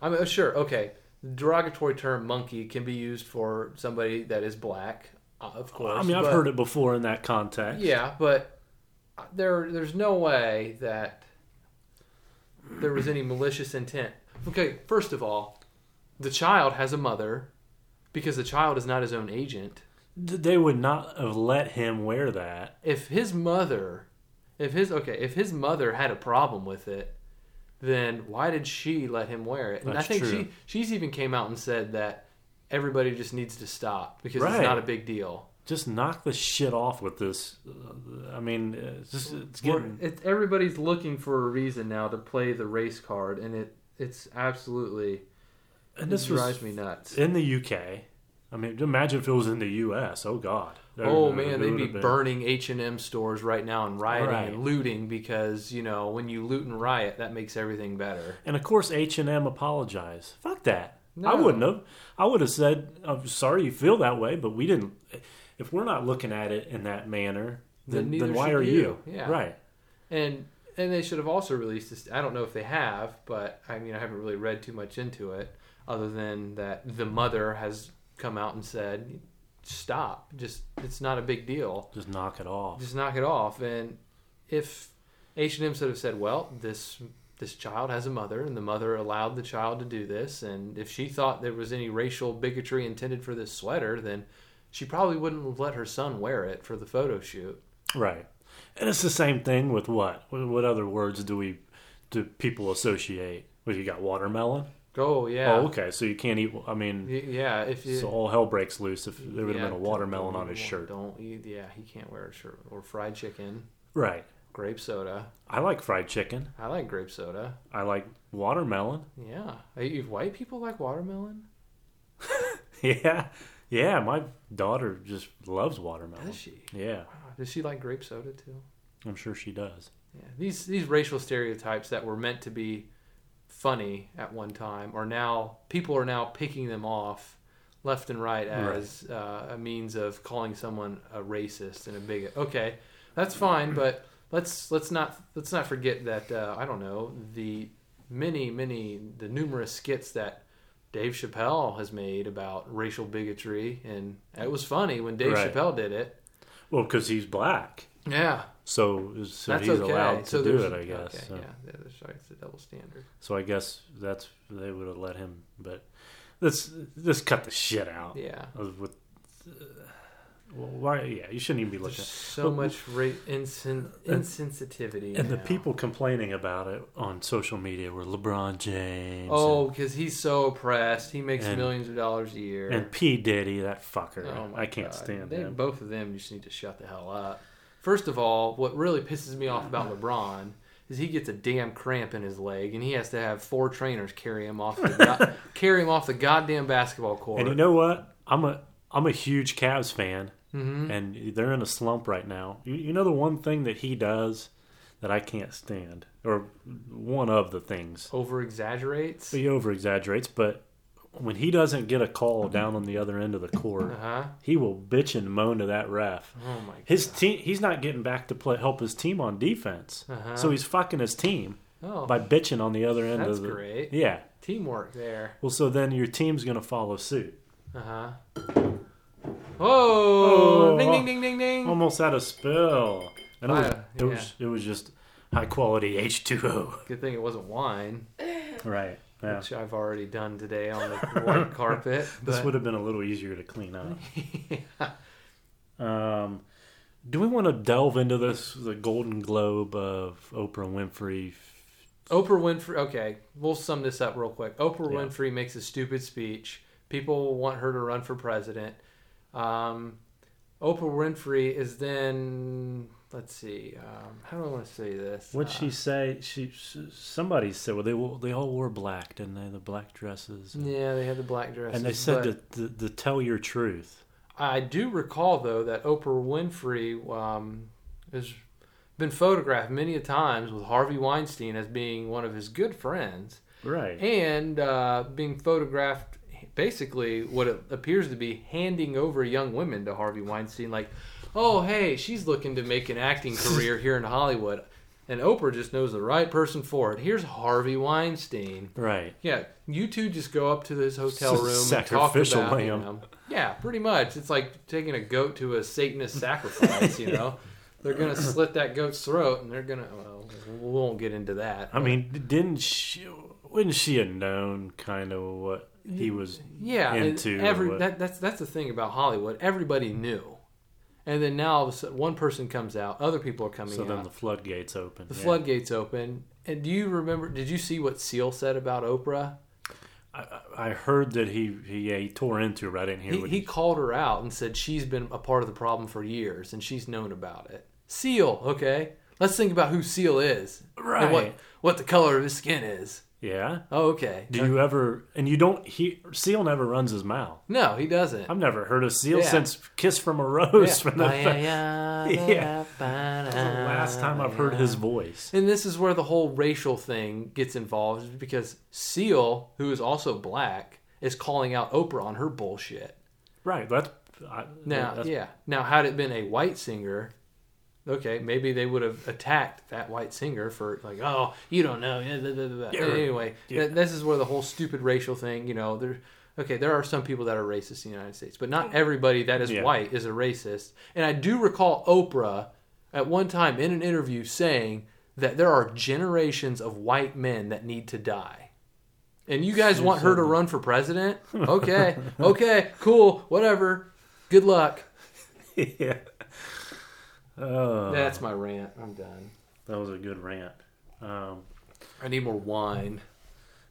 Speaker 2: I mean, oh, sure. Okay. The derogatory term monkey can be used for somebody that is black, uh, of course.
Speaker 1: I mean, I've
Speaker 2: but-
Speaker 1: heard it before in that context.
Speaker 2: Yeah, but there, there's no way that there was any malicious intent. Okay, first of all, the child has a mother because the child is not his own agent.
Speaker 1: Th- They would not have let him wear that.
Speaker 2: If his mother, if his okay, if his mother had a problem with it, then why did she let him wear it? And I
Speaker 1: That's
Speaker 2: think
Speaker 1: true.
Speaker 2: she she's even came out and said that everybody just needs to stop because
Speaker 1: Right.
Speaker 2: it's not a big deal.
Speaker 1: Just knock the shit off with this. Uh, I mean, uh, it's just it's
Speaker 2: We're-
Speaker 1: getting.
Speaker 2: It, everybody's looking for a reason now to play the race card, and it it's absolutely
Speaker 1: And
Speaker 2: this
Speaker 1: this was
Speaker 2: drives me nuts.
Speaker 1: in the UK. I mean, imagine if it was in the US. Oh God. There-
Speaker 2: oh
Speaker 1: there-
Speaker 2: man,
Speaker 1: it
Speaker 2: they'd
Speaker 1: would
Speaker 2: be
Speaker 1: have been-
Speaker 2: burning H and M stores right now and rioting
Speaker 1: Right.
Speaker 2: and looting because you know when you loot and riot, that makes everything better.
Speaker 1: And of course, H and M apologized. Fuck that. I
Speaker 2: No.
Speaker 1: wouldn't have. I would have said, "I'm sorry you feel that way, but we didn't." If we're not looking at it in that manner, then
Speaker 2: Then
Speaker 1: then,
Speaker 2: neither
Speaker 1: why
Speaker 2: should
Speaker 1: are
Speaker 2: you.
Speaker 1: you?
Speaker 2: Yeah.
Speaker 1: Right.
Speaker 2: And and they should have also released this. I don't know if they have, but I mean I haven't really read too much into it, other than that the mother has come out and said, "Stop! Just it's not a big deal."
Speaker 1: Just knock it off.
Speaker 2: just knock it off. And if H and M should have said, "Well, this this child has a mother, and the mother allowed the child to do this, and if she thought there was any racial bigotry intended for this sweater, then she probably wouldn't have let her son wear it for the photo shoot."
Speaker 1: Right. And it's the same thing with what? What what other words do we do people associate? Well, you got watermelon.
Speaker 2: Oh yeah,
Speaker 1: Oh, okay. So you can't eat. I mean,
Speaker 2: Y- yeah. If you,
Speaker 1: so all hell breaks loose if there would have
Speaker 2: yeah,
Speaker 1: been a watermelon
Speaker 2: don't-
Speaker 1: on his shirt.
Speaker 2: Don't eat. Yeah, he can't wear a shirt or fried chicken,
Speaker 1: Right.
Speaker 2: grape soda.
Speaker 1: I like fried chicken.
Speaker 2: I like grape soda.
Speaker 1: I like watermelon. [LAUGHS]
Speaker 2: Yeah, Hey, you white people like watermelon.
Speaker 1: Yeah. Yeah. My daughter just loves watermelon.
Speaker 2: Does she?
Speaker 1: Yeah.
Speaker 2: Wow. Does she like grape soda too?
Speaker 1: I'm sure she does.
Speaker 2: Yeah, these these racial stereotypes that were meant to be funny at one time are now people are now picking them off left and right as uh, a means of calling someone a racist and a bigot. Okay, that's fine, but let's let's not let's not forget that uh, I don't know the many many the numerous skits that Dave Chappelle has made about racial bigotry, and it was funny when Dave
Speaker 1: Right.
Speaker 2: Chappelle did it.
Speaker 1: Well, because he's black.
Speaker 2: Yeah,
Speaker 1: So, so he's allowed to do it,
Speaker 2: there's-
Speaker 1: I guess.
Speaker 2: okay,
Speaker 1: so.
Speaker 2: Yeah, yeah, there's- sorry, it's a double standard.
Speaker 1: So I guess that's they would have let him, but let's just cut the shit out.
Speaker 2: Yeah.
Speaker 1: Of With uh, well, why? Yeah, you shouldn't even be
Speaker 2: There's
Speaker 1: looking. [LAUGHS]
Speaker 2: so
Speaker 1: But-
Speaker 2: much ra- insen- insensitivity.
Speaker 1: And the
Speaker 2: now.
Speaker 1: people complaining about it on social media were LeBron James,
Speaker 2: Oh, because he's so oppressed. He makes
Speaker 1: And-
Speaker 2: millions of dollars a year.
Speaker 1: and, and P Diddy, that fucker.
Speaker 2: Oh my
Speaker 1: I can't
Speaker 2: God.
Speaker 1: stand
Speaker 2: they,
Speaker 1: him.
Speaker 2: Both of them just need to shut the hell up. First of all, what really pisses me off about LeBron is he gets a damn cramp in his leg, and he has to have four trainers carry him off the
Speaker 1: [LAUGHS]
Speaker 2: go- carry him off the goddamn basketball court.
Speaker 1: And you know what? I'm a I'm a huge Cavs fan,
Speaker 2: Mhm.
Speaker 1: and they're in a slump right now. You, you know the one thing that he does that I can't stand, or one of the things.
Speaker 2: over exaggerates.
Speaker 1: He over exaggerates, but when he doesn't get a call
Speaker 2: Mm-hmm.
Speaker 1: down on the other end of the
Speaker 2: Uh
Speaker 1: court,
Speaker 2: huh.
Speaker 1: he will bitch and moan to that ref.
Speaker 2: Oh my.
Speaker 1: His team, he's not getting back to play, help his team on defense,
Speaker 2: Uh-huh.
Speaker 1: so he's fucking his team
Speaker 2: Oh,
Speaker 1: by bitching on the other end
Speaker 2: that's
Speaker 1: of the.
Speaker 2: great.
Speaker 1: Yeah.
Speaker 2: Teamwork there.
Speaker 1: Well, so then your team's gonna follow suit.
Speaker 2: Uh huh. Whoa!
Speaker 1: Oh.
Speaker 2: ding ding ding ding ding.
Speaker 1: Almost had a spill, and it was
Speaker 2: Ah,
Speaker 1: it was it was just high quality H two O.
Speaker 2: [LAUGHS] Good thing it wasn't wine.
Speaker 1: Right. Yeah.
Speaker 2: which I've already done today
Speaker 1: [LAUGHS]
Speaker 2: on the white carpet.
Speaker 1: This
Speaker 2: but-
Speaker 1: would have been a little easier to clean up. Um, do we want to delve into this the Golden Globe of Oprah Winfrey?
Speaker 2: [LAUGHS] Oprah Winfrey. Okay, we'll sum this up real quick. Oprah
Speaker 1: Yeah.
Speaker 2: Winfrey makes a stupid speech. People want her to run for president. Um, Oprah Winfrey is then. Let's see. Um, how do I want to say this?
Speaker 1: What'd
Speaker 2: Uh,
Speaker 1: she say? She s- somebody said well they wo- they all wore black, didn't they? The black dresses. and-
Speaker 2: Yeah, they had the black dress.
Speaker 1: and they said to, to, to tell your truth.
Speaker 2: I do recall though that Oprah Winfrey um, has been photographed many a times with Harvey Weinstein as being one of his good friends.
Speaker 1: Right.
Speaker 2: and uh, being photographed basically what it appears to be handing over young women to Harvey Weinstein like oh hey she's looking to make an acting career here in Hollywood and Oprah just knows the right person for it here's Harvey Weinstein
Speaker 1: Right.
Speaker 2: yeah you two just go up to this hotel room and
Speaker 1: Sacrificial
Speaker 2: talk about you
Speaker 1: lamb.
Speaker 2: know. yeah pretty much it's like taking a goat to
Speaker 1: [LAUGHS]
Speaker 2: a satanist sacrifice you know they're gonna slit that goat's throat and they're gonna well we won't get into that
Speaker 1: I mean, didn't she? Wouldn't she have known kind of what he was?
Speaker 2: yeah and
Speaker 1: into
Speaker 2: every
Speaker 1: what- Mm-hmm.
Speaker 2: that, that's that's the thing about hollywood everybody knew and then now all of a sudden, one person comes out other people are coming
Speaker 1: So then
Speaker 2: out
Speaker 1: the floodgates open.
Speaker 2: the floodgates open and do you remember did you see what seal said about oprah
Speaker 1: I, I heard that he he, yeah, he tore into her. I didn't hear
Speaker 2: he,
Speaker 1: what
Speaker 2: he called her out and said she's been a part of the problem for years and she's known about it seal okay let's think about who seal is and what
Speaker 1: Right.
Speaker 2: what the color of his skin is
Speaker 1: Yeah.
Speaker 2: oh okay
Speaker 1: Do you ever? And you don't. He Seal never runs his mouth.
Speaker 2: no he doesn't
Speaker 1: I've never heard of Seal
Speaker 2: Yeah.
Speaker 1: since "Kiss from a Rose." [LAUGHS] From the, [LAUGHS] Yeah.
Speaker 2: That's
Speaker 1: That's the last time I've heard his voice.
Speaker 2: And this is where the whole racial thing gets involved is because Seal, who is also black, is calling out Oprah on her bullshit.
Speaker 1: Right. That's I,
Speaker 2: Now,
Speaker 1: that's- [LAUGHS]
Speaker 2: yeah. Now, had it been a white singer, okay, maybe they would have attacked that white singer for like, oh, you don't know. yeah, blah, blah, blah, blah."
Speaker 1: Yeah.
Speaker 2: Anyway,
Speaker 1: Yeah.
Speaker 2: th- this is where the whole stupid racial thing. You know, there. Okay, there are some people that are racist in the United States, but not everybody that is
Speaker 1: Yeah.
Speaker 2: white is a racist. And I do recall Oprah at one time in an interview saying that there are generations of white men that need to die. And you guys want her to run
Speaker 1: [LAUGHS]
Speaker 2: for president? Okay, okay, cool, whatever. Good luck.
Speaker 1: yeah. Oh,
Speaker 2: That's my rant. I'm done.
Speaker 1: that was a good rant. Um,
Speaker 2: I need more wine.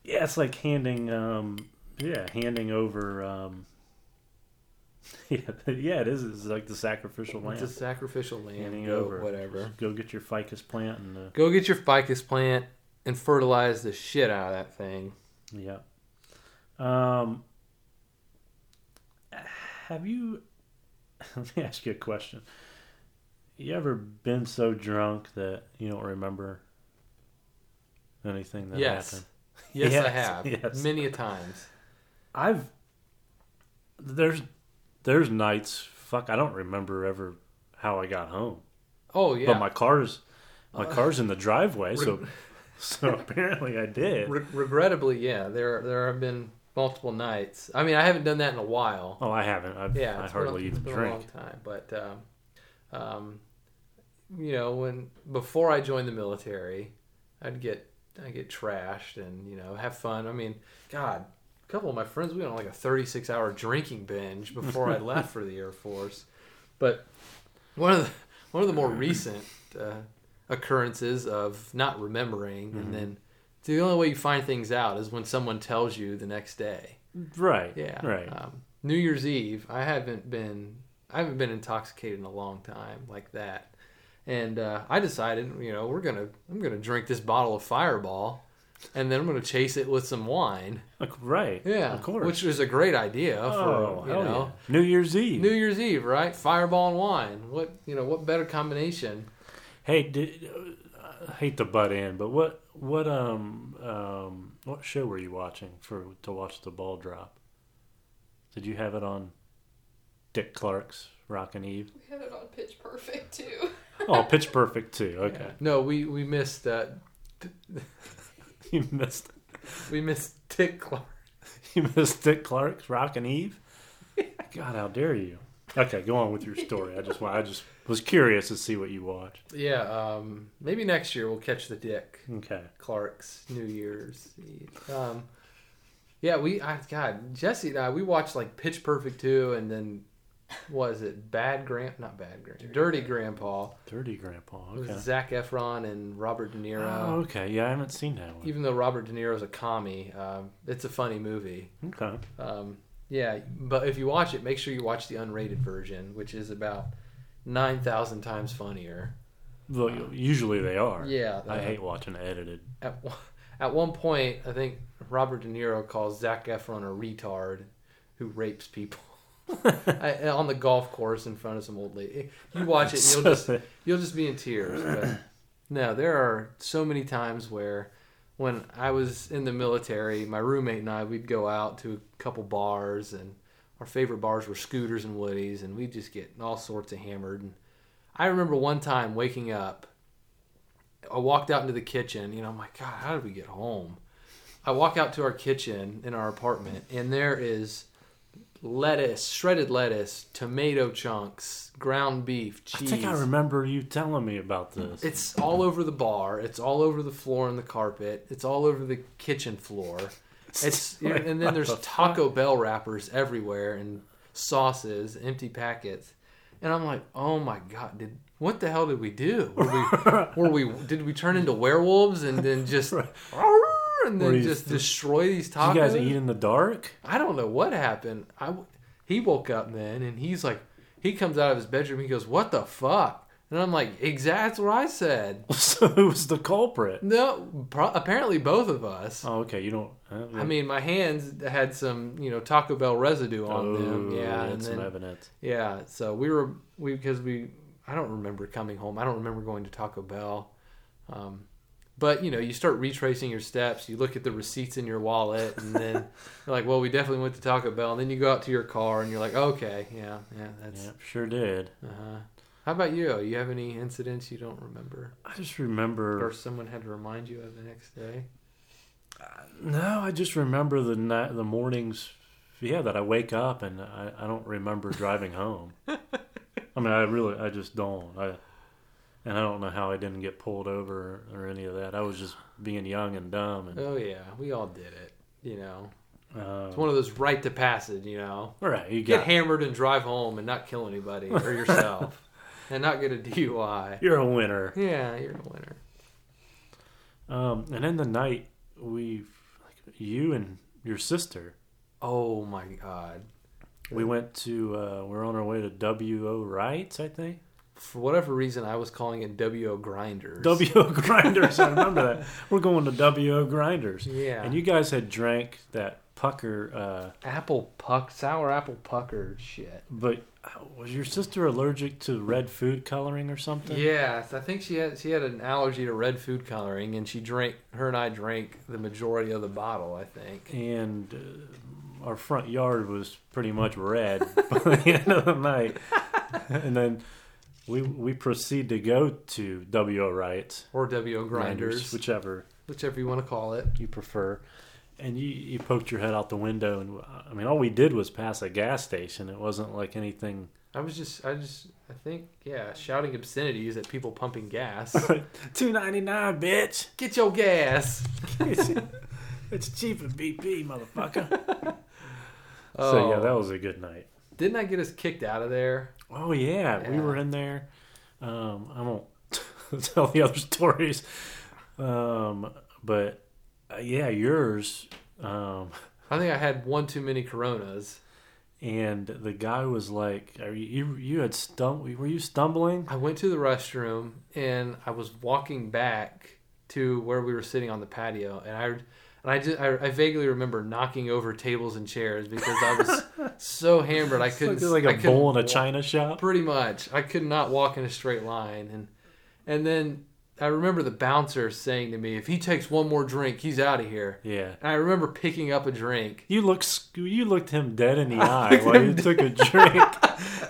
Speaker 1: yeah, it's like handing. Um, yeah, handing over. Um, [LAUGHS] yeah, [LAUGHS] yeah, it is. It's like the sacrificial lamb.
Speaker 2: It's a sacrificial lamb.
Speaker 1: handing
Speaker 2: Go,
Speaker 1: over.
Speaker 2: Whatever.
Speaker 1: Just go get your ficus plant and. Uh,
Speaker 2: Go get your ficus plant and fertilize the shit out of that thing.
Speaker 1: Yeah. Um, have you? [LAUGHS] Let me ask you a question. You ever been so drunk that you don't remember anything that
Speaker 2: yes.
Speaker 1: happened?
Speaker 2: [LAUGHS] yes. I
Speaker 1: Yes,
Speaker 2: have.
Speaker 1: yes.
Speaker 2: Many a times.
Speaker 1: I've there's there's nights. Fuck, I don't remember ever how I got home.
Speaker 2: Oh yeah. Uh,
Speaker 1: But my car's my car's in the driveway,
Speaker 2: [LAUGHS]
Speaker 1: so so apparently I did.
Speaker 2: Re- regrettably, yeah. There there have been multiple nights. I mean, I haven't done that in a while.
Speaker 1: Oh, I haven't. I've,
Speaker 2: yeah,
Speaker 1: I
Speaker 2: it's been a-
Speaker 1: hardly
Speaker 2: it's
Speaker 1: even
Speaker 2: been
Speaker 1: drink.
Speaker 2: A long time, but um, um, you know, when before I joined the military, I'd get I would get trashed and you know have fun. I mean, God, a couple of my friends we went on like a thirty six hour drinking binge before I left for the Air Force. But one of the one of the more recent uh, occurrences of not remembering
Speaker 1: Mm-hmm.
Speaker 2: and then. The only way you find things out is when someone tells you the next day.
Speaker 1: Right.
Speaker 2: Yeah.
Speaker 1: Right.
Speaker 2: Um, New Year's Eve, I haven't been I haven't been intoxicated in a long time like that, and uh, I decided you know we're gonna I'm gonna drink this bottle of Fireball, and then I'm gonna chase it with some wine.
Speaker 1: Like, right.
Speaker 2: Yeah,
Speaker 1: Of course.
Speaker 2: which is a great idea
Speaker 1: Oh,
Speaker 2: for you
Speaker 1: hell
Speaker 2: know
Speaker 1: yeah. New Year's Eve.
Speaker 2: New Year's Eve, right? Fireball and wine. What you know? What better combination?
Speaker 1: hey, did, I hate to butt in, but what what um um what show were you watching for to watch the ball drop? Did you have it on Dick Clark's Rockin' Eve?
Speaker 3: We had it on Pitch Perfect too.
Speaker 1: Oh, Pitch Perfect
Speaker 2: [LAUGHS]
Speaker 1: too. Okay, [LAUGHS]
Speaker 2: No, we we missed uh,
Speaker 1: you missed
Speaker 2: we missed [LAUGHS] Dick Clark.
Speaker 1: you missed Dick Clark's Rockin'
Speaker 2: [LAUGHS]
Speaker 1: Eve. God, how dare you? Okay, go on with your story. I just wa- I just was curious to see what you watched.
Speaker 2: Yeah, um, maybe next year we'll catch the Dick.
Speaker 1: Okay,
Speaker 2: Clark's New Year's Eve. Um, Yeah, we I, God Jesse and I we watched like Pitch Perfect two, and then what is it Bad Grand not Bad Grand Dirty, Grandpa
Speaker 1: Dirty Grandpa.
Speaker 2: with
Speaker 1: Okay.
Speaker 2: Zach Efron and Robert De Niro.
Speaker 1: Oh, okay. Yeah, I haven't seen that one.
Speaker 2: Even though Robert De Niro's a commie, um, it's a funny movie.
Speaker 1: Okay.
Speaker 2: Um, yeah, but if you watch it, make sure you watch the unrated version, which is about nine thousand times funnier.
Speaker 1: Well, usually they are.
Speaker 2: Yeah,
Speaker 1: I
Speaker 2: uh,
Speaker 1: hate watching
Speaker 2: [LAUGHS]
Speaker 1: edited.
Speaker 2: at one- at one point, I think Robert De Niro calls Zach Efron a retard who rapes people [LAUGHS] I, on the golf course in front of some old lady. You watch it,
Speaker 1: [LAUGHS]
Speaker 2: and you'll just you'll just be in tears.
Speaker 1: [CLEARS THROAT]
Speaker 2: But no, there are so many times where when I was in the military, my roommate and I we'd go out to a couple bars, and our favorite bars were Scooters and Woodies, and we'd just get all sorts of hammered. And I remember one time waking up. I walked out into the kitchen. You know, I'm like, God, how did we get home? I walk out to our kitchen in our apartment, and there is lettuce, shredded lettuce, tomato chunks, ground beef,
Speaker 1: I
Speaker 2: cheese.
Speaker 1: think I remember you telling me about this.
Speaker 2: It's all over the bar. It's all over the floor and the carpet. It's all over the
Speaker 1: [LAUGHS]
Speaker 2: kitchen floor. It's
Speaker 1: Like,
Speaker 2: and then there's Taco Bell wrappers everywhere and sauces, empty packets. And I'm like, oh my god, did what the hell did we do? Were
Speaker 1: [LAUGHS]
Speaker 2: we, were we did we turn into werewolves and then just and
Speaker 1: Were
Speaker 2: then
Speaker 1: you-
Speaker 2: just destroy these
Speaker 1: Did
Speaker 2: tacos?
Speaker 1: you guys eat in the dark? [LAUGHS]
Speaker 2: I don't know what happened. I w- he woke up then and he's like, he comes out of his bedroom. He goes, "What the fuck?" And I'm like, "Exactly that's what I said."
Speaker 1: so who was the culprit?
Speaker 2: No, pro- apparently both of us.
Speaker 1: Oh, okay. You don't. uh,
Speaker 2: I mean, my hands had some, you know, Taco Bell residue on
Speaker 1: oh,
Speaker 2: them. Yeah, and
Speaker 1: that's some
Speaker 2: then,
Speaker 1: evidence.
Speaker 2: yeah. So we were we because we I don't remember coming home. I don't remember going to Taco Bell. Um, but you know, you start retracing your steps. You look at the receipts in your wallet,
Speaker 1: [LAUGHS]
Speaker 2: and then you're like, "Well, we definitely went to Taco Bell." And then you go out to your car, and you're like, "Okay, yeah, yeah, that's."
Speaker 1: Yep, sure did.
Speaker 2: Uh-huh. How about you? You have any incidents you don't remember,
Speaker 1: I just remember.
Speaker 2: or someone had to remind you of the next day?
Speaker 1: No, I just remember the night, the mornings. Yeah, that I wake up and I, I don't remember driving home. I mean, I really, I just don't. I and I don't know how I didn't get pulled over or any of that. I was just being young and dumb, and
Speaker 2: Oh yeah, we all did it. You know,
Speaker 1: uh,
Speaker 2: it's one of those right to passage. You know,
Speaker 1: right. You
Speaker 2: get
Speaker 1: got
Speaker 2: hammered and drive home and not
Speaker 1: [LAUGHS]
Speaker 2: kill anybody or yourself, and not get a DUI.
Speaker 1: you're a winner.
Speaker 2: Yeah, you're a winner.
Speaker 1: Um, and then the night we, you and your sister,
Speaker 2: Oh my god!
Speaker 1: we went to. Uh, we're on our way to W O Wrights, I think.
Speaker 2: For whatever reason, I was calling it WO Grinders.
Speaker 1: W.O. Grinders. I remember that. We're going to W.O. Grinders.
Speaker 2: Yeah.
Speaker 1: And you guys had drank that pucker, uh,
Speaker 2: apple puck sour apple pucker shit.
Speaker 1: but was your sister allergic to red food coloring or something?
Speaker 2: Yes, I think she had she had an allergy to red food coloring, and she drank. Her and I drank the majority of the bottle. I think.
Speaker 1: And uh, our front yard was pretty much red [LAUGHS] by the end of the night. and then we we proceed to go to W.O. Wright.
Speaker 2: Or WO grinders,
Speaker 1: Whichever
Speaker 2: whichever you want to call it.
Speaker 1: you prefer. And you, you poked your head out the window, and I mean, all we did was pass a gas station. It wasn't like anything
Speaker 2: I was just, I just, I think, yeah, shouting obscenities at people pumping gas.
Speaker 1: [LAUGHS] Two ninety nine, bitch.
Speaker 2: Get your gas.
Speaker 1: It's, it's cheap at BP, motherfucker.
Speaker 2: Oh.
Speaker 1: So yeah, that was a good night.
Speaker 2: didn't I get us kicked out of there?
Speaker 1: Oh yeah, we
Speaker 2: Yeah.
Speaker 1: were in there. Um, I won't [LAUGHS] tell the other stories, um, but uh, yeah, yours. Um,
Speaker 2: I think I had one too many Coronas.
Speaker 1: and the guy was like, "Are you you, you had stum- Were you stumbling?"
Speaker 2: I went to the restroom and I was walking back to where we were sitting on the patio, and I and I just I, I vaguely remember knocking over tables and chairs because I
Speaker 1: [LAUGHS]
Speaker 2: was so hammered I couldn't
Speaker 1: It's like
Speaker 2: I
Speaker 1: a
Speaker 2: couldn't
Speaker 1: bull in a
Speaker 2: walk.
Speaker 1: china shop.
Speaker 2: pretty much i could not walk in a straight line and and then i remember the bouncer saying to me if he takes one more drink he's out of here
Speaker 1: Yeah.
Speaker 2: and i remember picking up a drink
Speaker 1: You looked sc- you looked him dead
Speaker 2: [LAUGHS]
Speaker 1: in the eye
Speaker 2: looked
Speaker 1: while
Speaker 2: him
Speaker 1: you took a drink,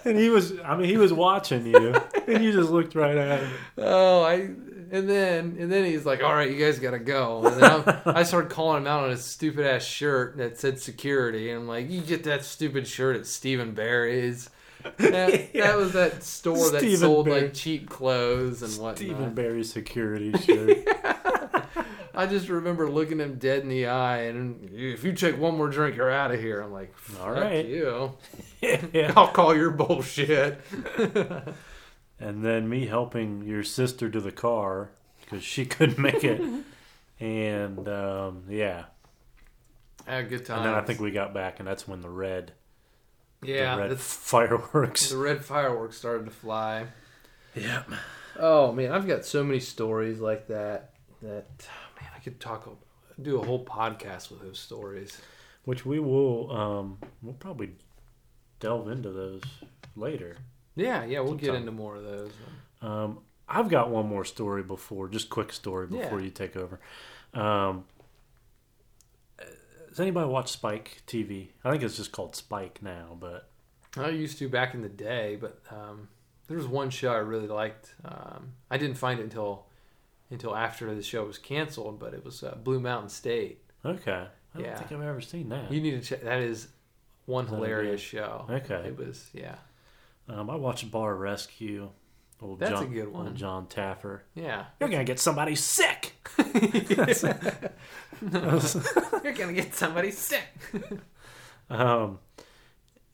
Speaker 1: and he was I mean he was watching you, and you just looked right at him.
Speaker 2: oh i and then and then he's like all right you guys gotta go and then I'm, i started calling him out on his stupid ass shirt that said security and i'm like you get that stupid shirt at stephen barry's that,
Speaker 1: [LAUGHS] Yeah.
Speaker 2: that was that store that
Speaker 1: Stephen
Speaker 2: sold
Speaker 1: Barry.
Speaker 2: like cheap clothes and whatnot [LAUGHS]
Speaker 1: Stephen Barry's security shirt.
Speaker 2: I just remember looking him dead in the eye, and if you take one more drink, you're out of here. I'm like, all
Speaker 1: All
Speaker 2: right,
Speaker 1: right.
Speaker 2: you.
Speaker 1: yeah.
Speaker 2: I'll call your bullshit.
Speaker 1: and then me helping your sister to the car because she couldn't make it.
Speaker 2: [LAUGHS]
Speaker 1: and um, yeah,
Speaker 2: I had a good time.
Speaker 1: and then I think we got back, and that's when the red,
Speaker 2: yeah,
Speaker 1: the red
Speaker 2: that's-
Speaker 1: fireworks. [LAUGHS]
Speaker 2: the red fireworks started to fly.
Speaker 1: Yeah,
Speaker 2: Oh man, I've got so many stories like that. That oh, man, I could talk, do a whole podcast with those stories.
Speaker 1: which we will, um, we'll probably delve into those later.
Speaker 2: Yeah, yeah, we'll get
Speaker 1: Sometime.
Speaker 2: into more of those.
Speaker 1: Um, I've got one more story before, just quick story before
Speaker 2: Yeah.
Speaker 1: you take over. Um, uh, does anybody watch Spike TV? I think it's just called Spike now, but
Speaker 2: I used to back in the day, but um, there was one show I really liked. Um, I didn't find it until until after the show was canceled, but it was uh, Blue Mountain State.
Speaker 1: okay. I don't
Speaker 2: Yeah.
Speaker 1: think I've ever seen that.
Speaker 2: You need to check. That is one
Speaker 1: That'd be
Speaker 2: hilarious
Speaker 1: good.
Speaker 2: show.
Speaker 1: Okay.
Speaker 2: it was yeah,
Speaker 1: Um, I watched Bar Rescue. Old
Speaker 2: That's
Speaker 1: John,
Speaker 2: a good one.
Speaker 1: Old John Taffer.
Speaker 2: yeah.
Speaker 1: You're gonna get somebody sick.
Speaker 2: [LAUGHS]
Speaker 1: [LAUGHS]
Speaker 2: You're gonna get somebody sick.
Speaker 1: Um,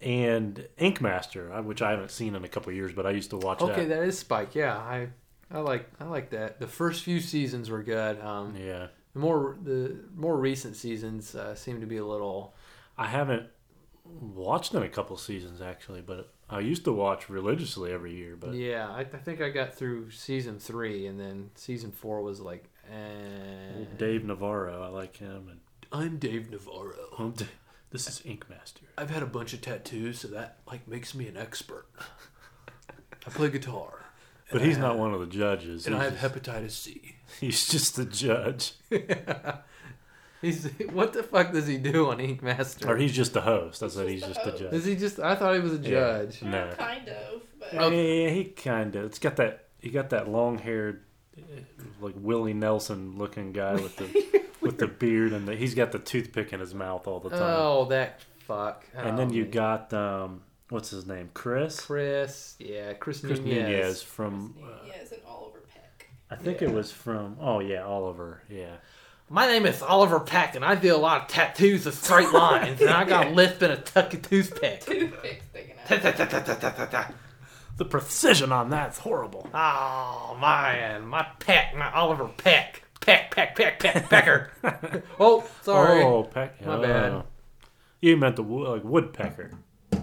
Speaker 1: and Ink Master, I- which I haven't seen in a couple of years, but I used to watch
Speaker 2: Okay,
Speaker 1: that.
Speaker 2: that is Spike. Yeah, I I like I like that. The first few seasons were good. Um,
Speaker 1: Yeah,
Speaker 2: the more the more recent seasons uh, seem to be a little.
Speaker 1: I haven't watched them a couple of seasons actually, but I used to watch religiously every year. But
Speaker 2: yeah, I, I think I got through season three, and then season four was like, eh,
Speaker 1: old Dave Navarro, I like him, and
Speaker 2: I'm Dave Navarro.
Speaker 1: old Da- this is Ink Master.
Speaker 2: I've had a bunch of tattoos, so that like makes me an expert. I play guitar,
Speaker 1: But he's not one of the judges.
Speaker 2: and
Speaker 1: he's,
Speaker 2: I have
Speaker 1: just,
Speaker 2: hepatitis C.
Speaker 1: he's just [LAUGHS] the judge,
Speaker 2: He's what the fuck does he do on Ink Master?
Speaker 1: or he's just the host. I said
Speaker 3: He's
Speaker 1: he's just
Speaker 3: just the
Speaker 1: the judge.
Speaker 2: is he just? I thought he was a
Speaker 1: Yeah. [LAUGHS]
Speaker 2: judge.
Speaker 1: No.
Speaker 3: Well, Kind of, but
Speaker 1: Yeah, yeah, he kind of. It's got that. He got that long haired, like Willie Nelson looking guy with [LAUGHS] the with the beard and the, he's got the toothpick in his mouth all the time.
Speaker 2: Oh, that fuck.
Speaker 1: and then
Speaker 2: Oh,
Speaker 1: you
Speaker 2: man.
Speaker 1: got um, what's his name, Chris.
Speaker 2: Chris. Yeah, Chris,
Speaker 1: Chris
Speaker 2: Nunez.
Speaker 1: Nunez, from uh,
Speaker 3: yeah, it's an Oliver Peck. [LAUGHS]
Speaker 1: I think it was from oh yeah Oliver yeah
Speaker 2: My name is Oliver Pack, and I do a lot of tattoos of straight lines, and I
Speaker 1: [LAUGHS]
Speaker 2: got a lisp and a tuck of toothpick. [LAUGHS]
Speaker 3: Toothpicks sticking out.
Speaker 2: Oh
Speaker 1: the precision on that's horrible [LAUGHS]
Speaker 2: Oh, man, my Peck, my Oliver Peck, Peck, Peck, Peck,
Speaker 1: [LAUGHS]
Speaker 2: Peck, Pecker. oh, sorry.
Speaker 1: oh peck
Speaker 2: My
Speaker 1: oh.
Speaker 2: bad.
Speaker 1: you meant the wo- like woodpecker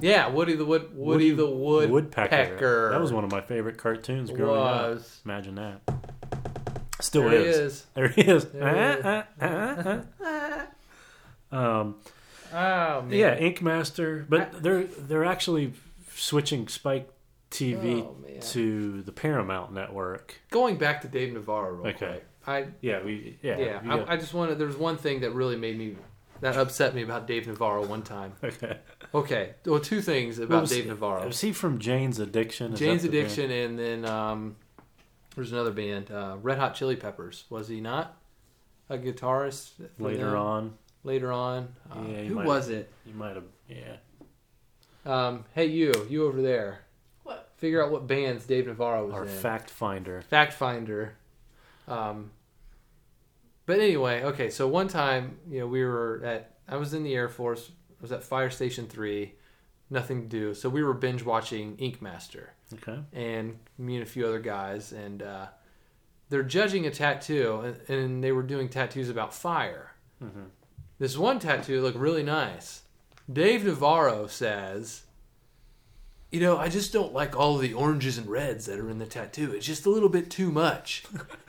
Speaker 2: Yeah, Woody the Wood, Woody, the Wood
Speaker 1: woodpecker
Speaker 2: Pecker.
Speaker 1: that was one of my favorite cartoons growing up
Speaker 2: Was.
Speaker 1: imagine that still
Speaker 2: There he
Speaker 1: is.
Speaker 2: is.
Speaker 1: There he is.
Speaker 2: There
Speaker 1: Ah, ah, ah, ah. [LAUGHS] um,
Speaker 2: Oh man.
Speaker 1: yeah, Ink Master, but they're they're actually switching Spike TV
Speaker 2: Oh, man.
Speaker 1: to the Paramount Network.
Speaker 2: Going back to Dave Navarro real
Speaker 1: Okay.
Speaker 2: quick. I
Speaker 1: Yeah, we yeah
Speaker 2: yeah,
Speaker 1: you got-
Speaker 2: I, I just wanted. There was one thing that really made me, that upset me about Dave Navarro one time.
Speaker 1: [LAUGHS] okay.
Speaker 2: Okay, well, two things about
Speaker 1: was-
Speaker 2: Dave Navarro:
Speaker 1: Was he Oh. from Jane's Addiction? Is
Speaker 2: Jane's
Speaker 1: that the band?
Speaker 2: Addiction, and then um, there's another band, uh, Red Hot Chili Peppers. Was he not a guitarist for
Speaker 1: Later
Speaker 2: them?
Speaker 1: on,
Speaker 2: Later on, uh,
Speaker 1: Yeah, he
Speaker 2: who
Speaker 1: might-
Speaker 2: was it?
Speaker 1: you might have yeah.
Speaker 2: Um, hey, you, you over there,
Speaker 3: What?
Speaker 2: figure out what bands Dave Navarro was
Speaker 1: Our
Speaker 2: in.
Speaker 1: fact finder.
Speaker 2: fact finder. Um, but anyway, okay. So one time, you know, we were at I was in the Air Force. I was at Fire Station Three. Nothing to do. So we were binge watching Ink Master
Speaker 1: Okay.
Speaker 2: and me and a few other guys, and uh, they're judging a tattoo, and, and they were doing tattoos about fire.
Speaker 1: Mhm.
Speaker 2: This one tattoo looked really nice. Dave Navarro says, "You know, I just don't like all the oranges and reds that are in the tattoo. It's just a little bit too
Speaker 1: [LAUGHS]
Speaker 2: much."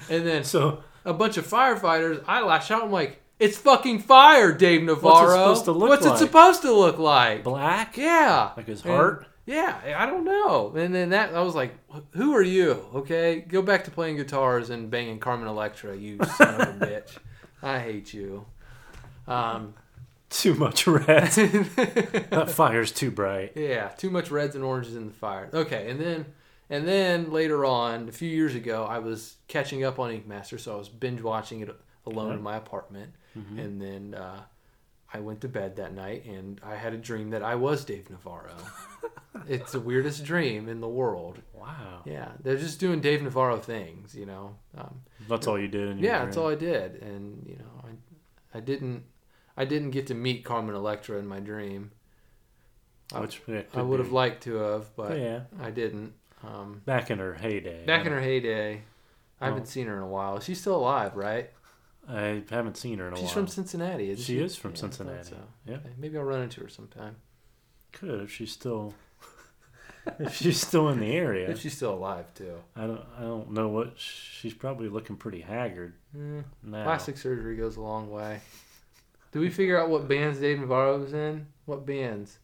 Speaker 2: and then
Speaker 1: So
Speaker 2: a bunch of firefighters, I lash out. I'm like, "It's fucking fire, Dave Navarro.
Speaker 1: supposed to look
Speaker 2: What's
Speaker 1: like?"
Speaker 2: it supposed to look like?"
Speaker 1: black.
Speaker 2: Yeah.
Speaker 1: Like his
Speaker 2: And-
Speaker 1: heart?
Speaker 2: yeah, I don't know. And then that I was like, "Who are you? Okay, go back to playing guitars and banging Carmen Electra, you son of a bitch. I hate you." Um, [LAUGHS]
Speaker 1: Too much red. that fire's too bright.
Speaker 2: yeah, too much reds and oranges in the fire. Okay, and then and then later on, a few years ago, I was catching up on Ink Master, so I was binge watching it alone in my apartment, and then uh, I went to bed that night and I had a dream that I was Dave Navarro. it's the weirdest dream in the world.
Speaker 1: Wow.
Speaker 2: Yeah, they're just doing Dave Navarro things, you know. Um,
Speaker 1: That's all you did. In your
Speaker 2: yeah, that's
Speaker 1: dream.
Speaker 2: all I did, and you know, I, I didn't, I didn't get to meet Carmen Electra in my dream. I-
Speaker 1: Which yeah,
Speaker 2: I
Speaker 1: could
Speaker 2: would have
Speaker 1: be.
Speaker 2: liked to have, but
Speaker 1: Yeah,
Speaker 2: I didn't. Um,
Speaker 1: back in her heyday.
Speaker 2: back in her heyday, I haven't
Speaker 1: Oh.
Speaker 2: seen her in a while. She's still alive, right?
Speaker 1: I haven't seen her in a
Speaker 2: She's
Speaker 1: while.
Speaker 2: from Cincinnati. Isn't
Speaker 1: she,
Speaker 2: she,
Speaker 1: is from
Speaker 2: Yeah, I thought
Speaker 1: Cincinnati.
Speaker 2: so.
Speaker 1: Yeah,
Speaker 2: Maybe I'll run into her sometime
Speaker 1: could if she's still
Speaker 2: [LAUGHS]
Speaker 1: if she's still in the area.
Speaker 2: if she's still alive too.
Speaker 1: I don't I don't know what she's probably looking pretty haggard
Speaker 2: Mm,
Speaker 1: now.
Speaker 2: Plastic surgery goes a long way. Did we figure out what bands Dave Navarro was in? What bands?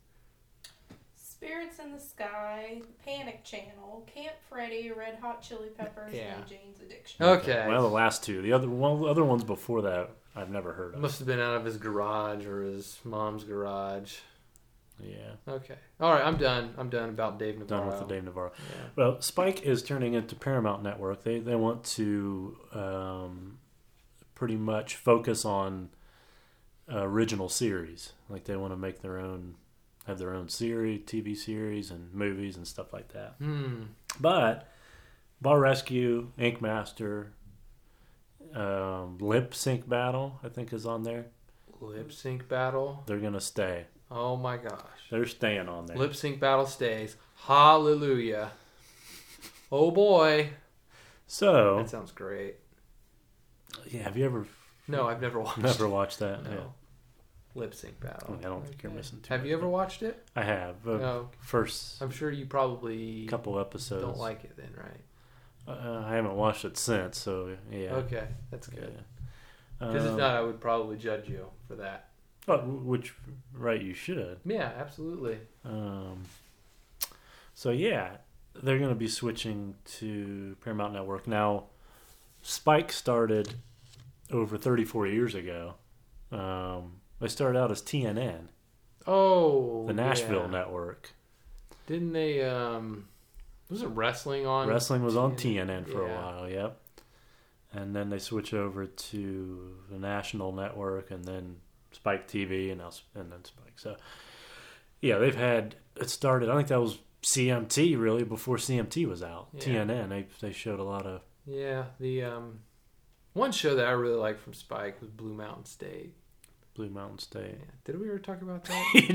Speaker 3: Spirits in the Sky, Panic Channel, Camp Freddy, Red Hot Chili Peppers,
Speaker 2: Yeah.
Speaker 3: and Jane's Addiction.
Speaker 2: Okay.
Speaker 1: Well, the last two. The other one, the other ones before that, I've never heard of.
Speaker 2: Must have been out of his garage or his mom's garage.
Speaker 1: Yeah,
Speaker 2: Okay. All right, I'm done. I'm done about Dave Navarro.
Speaker 1: done with the Dave Navarro.
Speaker 2: Yeah.
Speaker 1: Well, Spike is turning into Paramount Network. They they want to um, pretty much focus on uh, original series. Like they want to make their own, have their own series, TV series, and movies and stuff like that.
Speaker 2: Hmm.
Speaker 1: But Bar Rescue, Ink Master, um, Lip Sync Battle, I think is on there.
Speaker 2: Lip sync battle.
Speaker 1: They're gonna stay.
Speaker 2: Oh my gosh.
Speaker 1: They're staying on there.
Speaker 2: Lip sync battle stays. Hallelujah. Oh boy.
Speaker 1: So Oh.
Speaker 2: That sounds great.
Speaker 1: yeah, have you ever
Speaker 2: No, I've never
Speaker 1: [LAUGHS]
Speaker 2: watched
Speaker 1: never watched that?
Speaker 2: it.
Speaker 1: Yeah.
Speaker 2: No. Lip sync
Speaker 1: I
Speaker 2: battle.
Speaker 1: mean, I don't think you're missing too.
Speaker 2: Have
Speaker 1: much.
Speaker 2: you ever watched it?
Speaker 1: I have. uh,
Speaker 2: No.
Speaker 1: First
Speaker 2: I'm sure you probably
Speaker 1: couple episodes.
Speaker 2: don't like it then, right?
Speaker 1: Uh, I haven't watched it since, so yeah.
Speaker 2: Okay, that's good.
Speaker 1: Yeah.
Speaker 2: Because
Speaker 1: Um,
Speaker 2: if not, I would probably judge you for that.
Speaker 1: but which right you should.
Speaker 2: Yeah, absolutely.
Speaker 1: Um, so yeah, they're going to be switching to Paramount Network now. Spike started over 34 years ago. Um, they started out as TNN,
Speaker 2: Oh,
Speaker 1: the Nashville
Speaker 2: yeah.
Speaker 1: network.
Speaker 2: Didn't they? Um, was it wrestling on?
Speaker 1: Wrestling was on
Speaker 2: TNN,
Speaker 1: TNN for a
Speaker 2: yeah.
Speaker 1: while. Yep. And then they switch over to the national network, and then Spike TV, and now S- and then Spike. So, yeah, they've had it started. I think that was CMT really before CMT was out.
Speaker 2: Yeah.
Speaker 1: TNN they they showed a lot of
Speaker 2: Yeah, the um, one show that I really liked from Spike was Blue Mountain State.
Speaker 1: Blue Mountain
Speaker 2: Yeah.
Speaker 1: State.
Speaker 2: Did we ever talk about that?
Speaker 1: [LAUGHS] you
Speaker 2: [LAUGHS]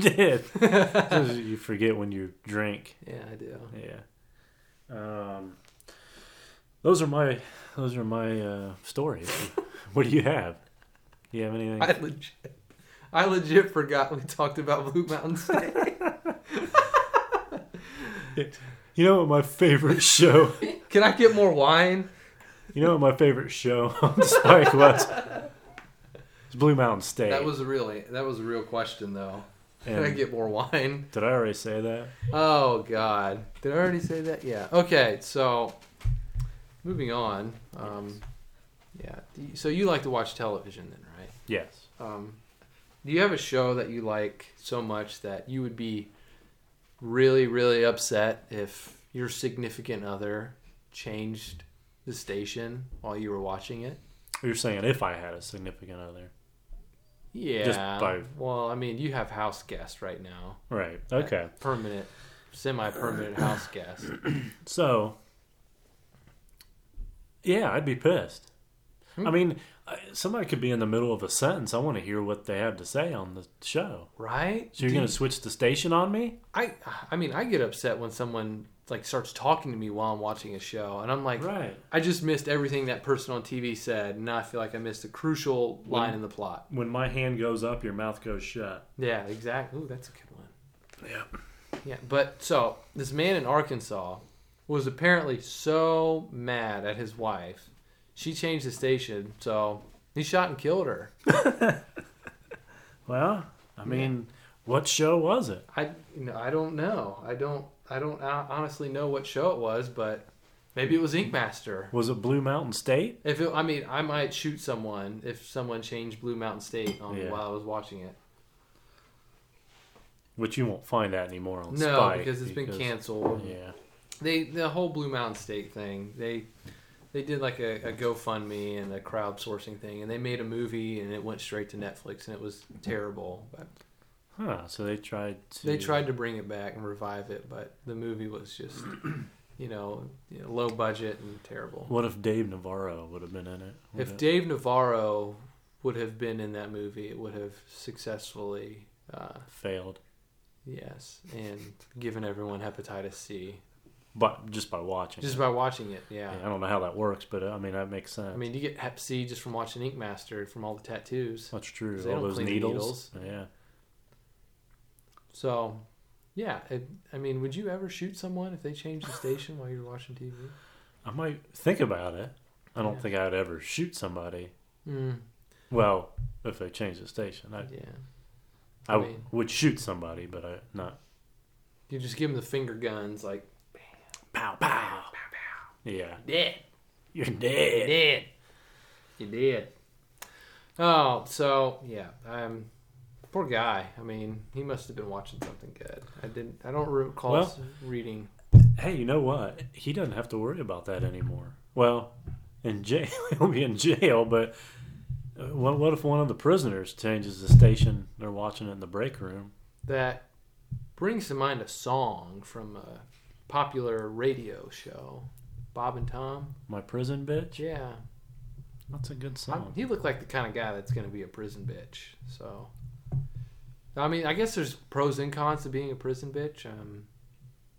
Speaker 1: did. you forget when you drink.
Speaker 2: yeah, I do.
Speaker 1: Yeah. Um. Those are my those are my uh,
Speaker 2: [LAUGHS]
Speaker 1: stories. what do you have? Do you have anything?
Speaker 2: I legit, I legit forgot we talked about Blue Mountain State.
Speaker 1: You know what my favorite show?
Speaker 2: Can I get more wine?
Speaker 1: You know what my favorite show [LAUGHS] on Spike was? It's Blue Mountain State.
Speaker 2: That was really that was a real question though. [LAUGHS] Can I
Speaker 1: And
Speaker 2: get more wine?
Speaker 1: did I already say that?
Speaker 2: Oh God! Did I already say that? Yeah. Okay. So, moving on. Um, yeah. do you- So you like to watch television then, right?
Speaker 1: Yes.
Speaker 2: Um, do you have a show that you like so much that you would be really, really upset if your significant other changed the station while you were watching it?
Speaker 1: You're saying if I had a significant other,
Speaker 2: Yeah.
Speaker 1: Just by-
Speaker 2: Well, I mean, you have house guest right now.
Speaker 1: right? Okay.
Speaker 2: Permanent,
Speaker 1: [CLEARS THROAT]
Speaker 2: semi-permanent house guest.
Speaker 1: So, yeah, I'd be pissed.
Speaker 2: Hmm.
Speaker 1: I mean, I- somebody could be in the middle of a sentence. I want to hear what they have to say on the show.
Speaker 2: Right?
Speaker 1: So you're
Speaker 2: Do
Speaker 1: going to switch the station on me?
Speaker 2: I I mean I get upset when someone like starts talking to me while I'm watching a show and I'm like
Speaker 1: Right.
Speaker 2: I just missed everything that person on TV said and now I feel like I missed a crucial line
Speaker 1: When-
Speaker 2: in the plot.
Speaker 1: When my hand goes up, your mouth goes shut.
Speaker 2: Yeah, exactly. Ooh, that's a good one.
Speaker 1: Yeah.
Speaker 2: Yeah, but so this man in Arkansas was apparently so mad at his wife. She changed the station, so he shot and killed her.
Speaker 1: Well, I mean, what show was it?
Speaker 2: I you know, I don't know. I don't I don't hon- honestly know what show it was, but maybe it was Ink Master.
Speaker 1: Was it Blue Mountain State?
Speaker 2: If it, I mean, I might shoot someone if someone changed Blue Mountain State on me
Speaker 1: Yeah.
Speaker 2: while I was watching it.
Speaker 1: Which you won't find that anymore on
Speaker 2: no,
Speaker 1: Spike
Speaker 2: because it's been
Speaker 1: because-
Speaker 2: canceled.
Speaker 1: Yeah,
Speaker 2: They the whole Blue Mountain State thing. They they did like a, a GoFundMe and a crowdsourcing thing, and they made a movie, and it went straight to Netflix, and it was terrible. But
Speaker 1: Huh. So they tried to.
Speaker 2: they tried to bring it back and revive it, but the movie was just, [CLEARS THROAT] you know, you know, low budget and terrible.
Speaker 1: What if Dave Navarro would have been in it? Would
Speaker 2: If
Speaker 1: it-
Speaker 2: Dave Navarro would have been in that movie, it would have successfully, uh,
Speaker 1: failed,
Speaker 2: yes, and given everyone hepatitis C
Speaker 1: but just by watching.
Speaker 2: just
Speaker 1: it.
Speaker 2: by watching it. Yeah.
Speaker 1: Yeah, I don't know how that works, but uh, I mean that makes sense.
Speaker 2: I mean, you get Hep C just from watching Ink Master from all the tattoos.
Speaker 1: that's true.
Speaker 2: 'cause they
Speaker 1: All
Speaker 2: don't
Speaker 1: those
Speaker 2: clean the
Speaker 1: needles. Yeah.
Speaker 2: So, yeah, it, I mean, would you ever shoot someone if they changed the station while you're watching TV?
Speaker 1: I might think about it. I don't
Speaker 2: Yeah.
Speaker 1: think I would ever shoot somebody.
Speaker 2: Mm,
Speaker 1: Well, if they change the station, I,
Speaker 2: yeah.
Speaker 1: I,
Speaker 2: I
Speaker 1: w-
Speaker 2: mean-
Speaker 1: would shoot somebody, but I not
Speaker 2: You just give them the finger guns, like,
Speaker 1: pow pow. Yeah,
Speaker 2: dead.
Speaker 1: you're dead.
Speaker 2: did. You did. Oh, so yeah, um, poor guy. I mean, he must have been watching something good. I didn't. I don't recall
Speaker 1: Well-
Speaker 2: s- reading.
Speaker 1: Hey, you know what? He doesn't have to worry about that anymore. Well, in jail, [LAUGHS] he'll be in jail. But uh, what, what if one of the prisoners changes the station? They're watching it in the break room.
Speaker 2: That brings to mind a song from a popular radio show, Bob and Tom.
Speaker 1: My prison bitch.
Speaker 2: Yeah,
Speaker 1: That's a good
Speaker 2: I'm- [LAUGHS]
Speaker 1: song.
Speaker 2: he looked like the kind of guy that's going to be a prison bitch. So, I mean, I guess there's pros and cons to being a prison bitch. Um,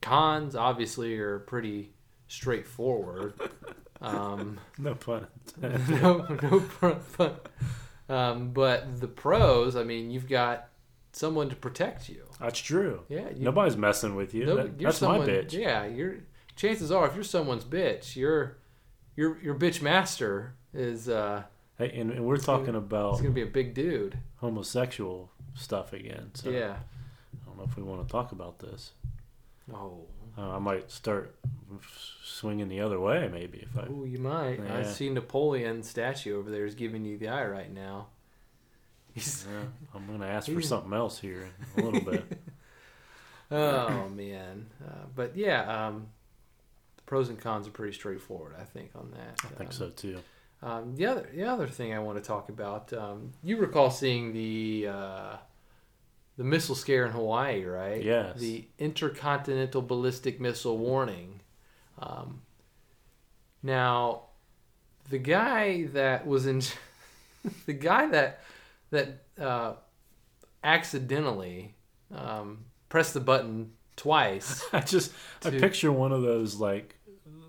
Speaker 2: cons, obviously, are pretty straightforward. Um, [LAUGHS]
Speaker 1: No pun intended. [LAUGHS]
Speaker 2: no, no, pro- but, um, but the pros, I mean, you've got someone to protect you.
Speaker 1: That's true.
Speaker 2: Yeah, you,
Speaker 1: Nobody's messing with you.
Speaker 2: no-
Speaker 1: That-
Speaker 2: you're
Speaker 1: that's my
Speaker 2: someone,
Speaker 1: bitch.
Speaker 2: Yeah, you're. Chances are, if you're someone's bitch, your your your bitch master is uh,
Speaker 1: Hey, and, and we're talking
Speaker 2: is
Speaker 1: about
Speaker 2: going to be a big dude.
Speaker 1: homosexual stuff again. So
Speaker 2: Yeah.
Speaker 1: I don't know if we want to talk about this.
Speaker 2: Oh,
Speaker 1: Uh, I might start swinging the other way, maybe. If I
Speaker 2: Ooh, Oh, you might. I
Speaker 1: Yeah.
Speaker 2: see Napoleon statue over there is giving you the eye right now. He's,
Speaker 1: Yeah, I'm going to ask for
Speaker 2: He's-
Speaker 1: something else here in a little bit. [LAUGHS]
Speaker 2: oh man, uh, but yeah, um, the pros and cons are pretty straightforward. I think on that. uh,
Speaker 1: I think so
Speaker 2: [LAUGHS]
Speaker 1: too.
Speaker 2: Um, the other the other thing I want to talk about. Um, you recall seeing the uh, the missile scare in Hawaii, right?
Speaker 1: Yes.
Speaker 2: The intercontinental ballistic missile warning. Um, now, the guy that was in [LAUGHS] the guy that that uh, accidentally um, pressed the button twice.
Speaker 1: I just I
Speaker 2: To-
Speaker 1: picture one of those like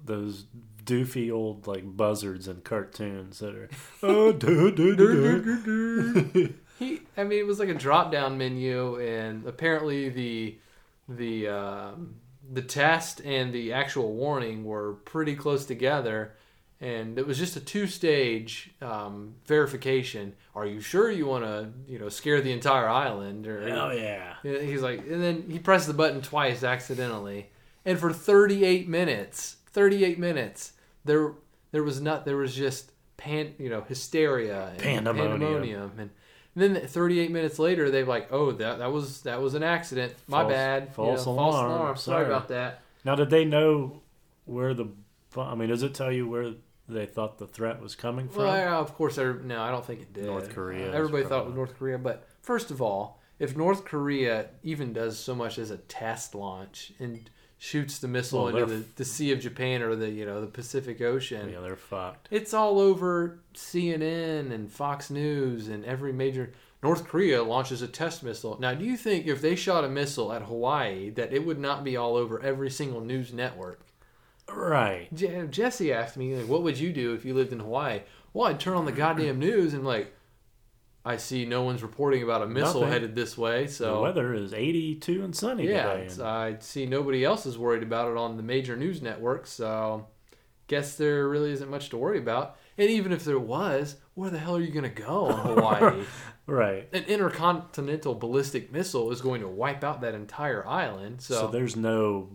Speaker 1: those doofy old like buzzards in cartoons that are [LAUGHS] oh do do do do.
Speaker 2: He, I mean, it was like a drop-down menu, and apparently the the um, the test and the actual warning were pretty close together, and it was just a two-stage um, verification. Are you sure you want to, you know, scare the entire island? Or
Speaker 1: Hell yeah!
Speaker 2: And he's like, and then he pressed the button twice accidentally, and for 38 minutes, 38 minutes, there there was not there was just pan you know hysteria and
Speaker 1: Pandemonium.
Speaker 2: pandemonium. and. And then 38 minutes later, they're like, "Oh, that that was that was an accident. My
Speaker 1: False-
Speaker 2: bad. You
Speaker 1: false
Speaker 2: know,
Speaker 1: alarm.
Speaker 2: Sorry.
Speaker 1: Sorry.
Speaker 2: about that."
Speaker 1: Now did they know where the? bu- I mean, does it tell you where they thought the threat was coming from?
Speaker 2: Well, yeah, of course, every- no, I don't think it did.
Speaker 1: North Korea
Speaker 2: Uh,
Speaker 1: is
Speaker 2: everybody thought
Speaker 1: probably-
Speaker 2: it was North Korea, but first of all, if North Korea even does so much as a test launch and shoots the missile
Speaker 1: Well,
Speaker 2: into
Speaker 1: they're-
Speaker 2: the, the Sea of Japan or the you know the Pacific Ocean,
Speaker 1: yeah, they're fucked.
Speaker 2: it's all over CNN and Fox News and every major. North Korea launches a test missile. Now, do you think if they shot a missile at Hawaii that it would not be all over every single news network?
Speaker 1: Right.
Speaker 2: Je- Jesse asked me, like, "What would you do if you lived in Hawaii?" Well, I'd turn on the goddamn news and like, I see no one's reporting about a missile
Speaker 1: Nothing.
Speaker 2: headed this way,
Speaker 1: the
Speaker 2: so
Speaker 1: weather is 82 and sunny
Speaker 2: yeah,
Speaker 1: today.
Speaker 2: it's- uh,
Speaker 1: and-
Speaker 2: I see nobody else is worried about it on the major news networks, so guess there really isn't much to worry about. And even if there was, where the hell are you going to go
Speaker 1: [LAUGHS]
Speaker 2: in Hawaii?
Speaker 1: right.
Speaker 2: An intercontinental ballistic missile is going to wipe out that entire island.
Speaker 1: So, there's no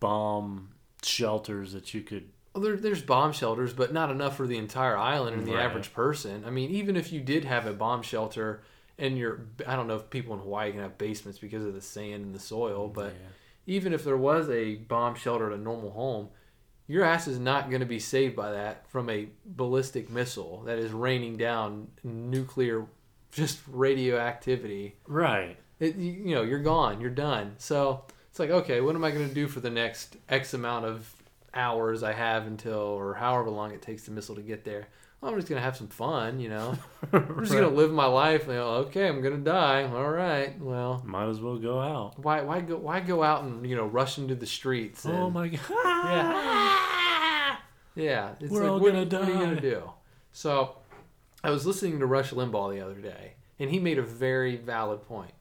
Speaker 1: bomb shelters that you could.
Speaker 2: Well, there, there's bomb shelters, but not enough for the entire island and the
Speaker 1: Right.
Speaker 2: average person. I mean, even if you did have a bomb shelter, and you're, I don't know if people in Hawaii can have basements because of the sand and the soil, but
Speaker 1: Yeah.
Speaker 2: even if there was a bomb shelter at a normal home, Your ass is not going to be saved by that from a ballistic missile that is raining down nuclear, just radioactivity. [LAUGHS]
Speaker 1: Right.
Speaker 2: It, you you know, you're gone. You're done. So it's like, okay, what am I going to do for the next X amount of hours I have until, or however long it takes the missile to get there? Well, I'm just going to have some fun, you know? I'm just going to live my life. You know, okay, I'm going to die. All right. Well,
Speaker 1: Might as well go out.
Speaker 2: why why go why go out and you know rush into the streets? And,
Speaker 1: Oh my god.
Speaker 2: yeah, it's
Speaker 1: We're all
Speaker 2: what-
Speaker 1: gonna
Speaker 2: What are you
Speaker 1: die.
Speaker 2: gonna do? So, I was listening to Rush Limbaugh the other day, and he made a very valid point.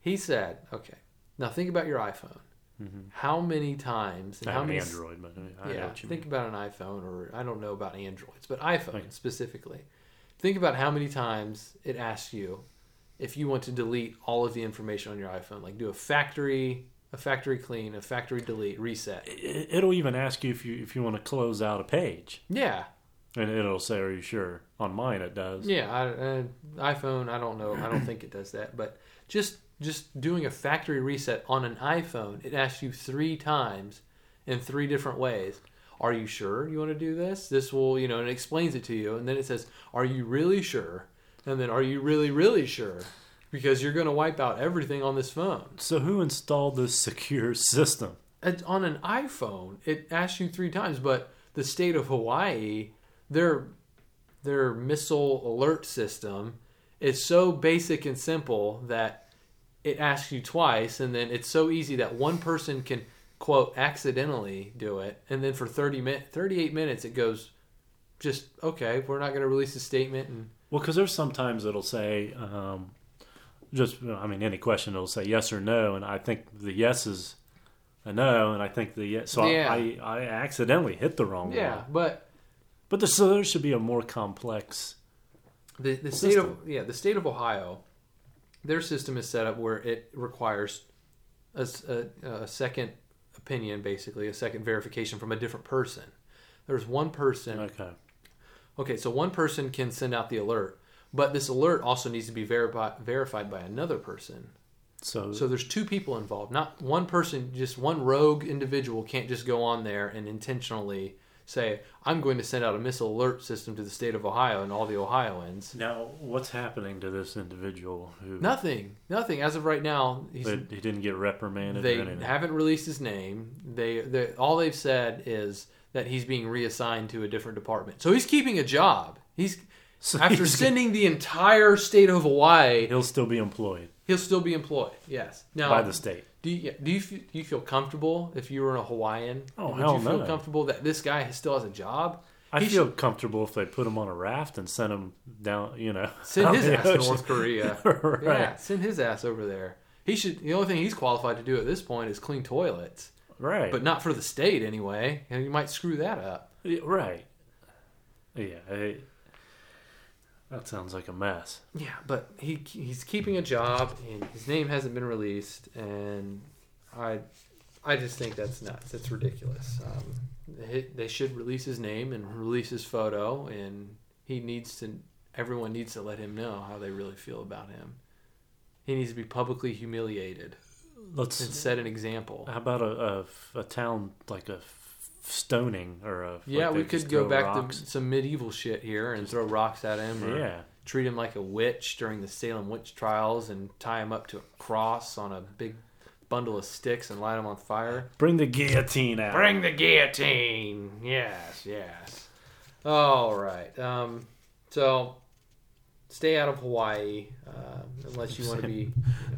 Speaker 2: He said, "Okay, now think about your iPhone.
Speaker 1: Mhm.
Speaker 2: How many times? And
Speaker 1: I
Speaker 2: how
Speaker 1: have an
Speaker 2: many s-
Speaker 1: Android, but I know
Speaker 2: yeah,
Speaker 1: what you
Speaker 2: think
Speaker 1: mean.
Speaker 2: about an iPhone, or I don't know about Androids, but iPhone
Speaker 1: Okay.
Speaker 2: specifically. Think about how many times it asks you if you want to delete all of the information on your iPhone, like do a factory, a factory clean, a factory delete, reset.
Speaker 1: It- It'll even ask you if you if you want to close out a page,
Speaker 2: Yeah,
Speaker 1: and it'll say, "Are you sure?" On mine, it does.
Speaker 2: yeah. I, uh, iPhone, I don't know, I don't think it does that, but just just doing a factory reset on an iPhone, it asks you three times in three different ways. Are you sure you want to do this? This will, you know, and it explains it to you. And then it says, Are you really sure? And then, Are you really, really sure? Because you're going to wipe out everything on this phone.
Speaker 1: So who installed this [LAUGHS] secure system?
Speaker 2: And on an iPhone, it asks you three times, but the state of Hawaii, their, their missile alert system is so basic and simple that it asks you twice. And then it's so easy that one person can, quote, accidentally do it. And then for 30 min- 38 minutes, it goes, just, okay, we're not going to release a statement. And
Speaker 1: Well, because there's sometimes it'll say, um, just you know, I mean, any question it'll say yes or no, and I think the yes is a no, and I think the yes. So
Speaker 2: Yeah.
Speaker 1: I, I I accidentally hit the wrong
Speaker 2: yeah,
Speaker 1: one.
Speaker 2: but
Speaker 1: But there, so there should be a more complex.
Speaker 2: The, the state
Speaker 1: system.
Speaker 2: of yeah, the state of Ohio, their system is set up where it requires a, s- a- a second opinion, basically a second verification from a different person. There's one person.
Speaker 1: Okay.
Speaker 2: Okay, so one person can send out the alert, but this alert also needs to be verified verified by another person.
Speaker 1: So,
Speaker 2: So there's two people involved. Not one person, just one rogue individual can't just go on there and intentionally say, "I'm going to send out a missile alert system to the state of Ohio and all the Ohioans."
Speaker 1: now what's happening to this individual who
Speaker 2: Nothing. Nothing. As of right now, he's,
Speaker 1: that he didn't get reprimanded
Speaker 2: they
Speaker 1: or anything?
Speaker 2: haven't released his name. They, they all they've said is that he's being reassigned to a different department. So he's keeping a job.
Speaker 1: [LAUGHS]
Speaker 2: He's
Speaker 1: So
Speaker 2: after
Speaker 1: he's-
Speaker 2: sending the entire state of Hawaii,
Speaker 1: he'll still be employed
Speaker 2: he'll still be employed. Yes. Now,
Speaker 1: by the state.
Speaker 2: do you, yeah, do you fe- do you feel comfortable if you were a Hawaiian?
Speaker 1: Oh,
Speaker 2: Would
Speaker 1: hell
Speaker 2: you feel
Speaker 1: no.
Speaker 2: comfortable that this guy still has a job?
Speaker 1: I
Speaker 2: He
Speaker 1: feel comfortable if they put him on a raft and sent him down. You know,
Speaker 2: Send
Speaker 1: out
Speaker 2: his
Speaker 1: the
Speaker 2: ass to
Speaker 1: ocean. [LAUGHS]
Speaker 2: North Korea.
Speaker 1: Oh, right.
Speaker 2: Yeah, send his ass over there. He should. The only thing he's qualified to do at this point is clean toilets.
Speaker 1: Right.
Speaker 2: but not for the state anyway. And you might screw that up.
Speaker 1: Yeah, Right. Yeah. I- that sounds like a mess.
Speaker 2: Yeah, but he he's keeping a job, and his name hasn't been released, and I I just think that's nuts. It's ridiculous. Um, they, they should release his name and release his photo, and he needs to. Everyone needs to let him know how they really feel about him. He needs to be publicly humiliated and
Speaker 1: Let's.
Speaker 2: set an example.
Speaker 1: How about a, a, a town like a f- stoning or a
Speaker 2: Yeah,
Speaker 1: like
Speaker 2: we
Speaker 1: they just
Speaker 2: could go
Speaker 1: throw
Speaker 2: back
Speaker 1: rocks?
Speaker 2: to some medieval shit here and throw rocks at him. Or,
Speaker 1: yeah.
Speaker 2: treat him like a witch during the Salem witch trials and tie him up to a cross on a big bundle of sticks and light him on fire.
Speaker 1: Bring the guillotine out.
Speaker 2: Bring the guillotine. Yes, yes. All right. Um, so stay out of Hawaii uh, unless you want to be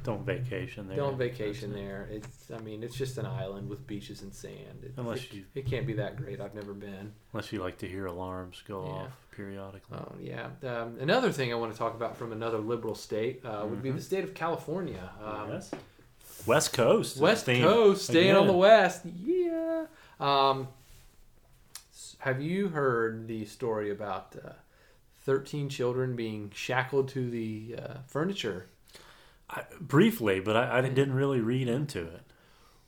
Speaker 1: Don't vacation [LAUGHS] there.
Speaker 2: don't vacation there. It's I mean it's just an island with beaches and sand. It,
Speaker 1: Unless
Speaker 2: it,
Speaker 1: you-
Speaker 2: it can't be that great. I've never been.
Speaker 1: Unless you like to hear alarms go
Speaker 2: Yeah.
Speaker 1: off periodically.
Speaker 2: Oh yeah. Um, another thing I want to talk about from another liberal state uh, would
Speaker 1: Mm-hmm.
Speaker 2: be the state of California. Um,
Speaker 1: yes. West Coast. is
Speaker 2: West
Speaker 1: the theme.
Speaker 2: Coast, staying on the
Speaker 1: Again.
Speaker 2: West. Yeah. Um, s- have you heard the story about uh, 13 children being shackled to the uh, furniture?
Speaker 1: I, briefly, but I, I didn't really read into it.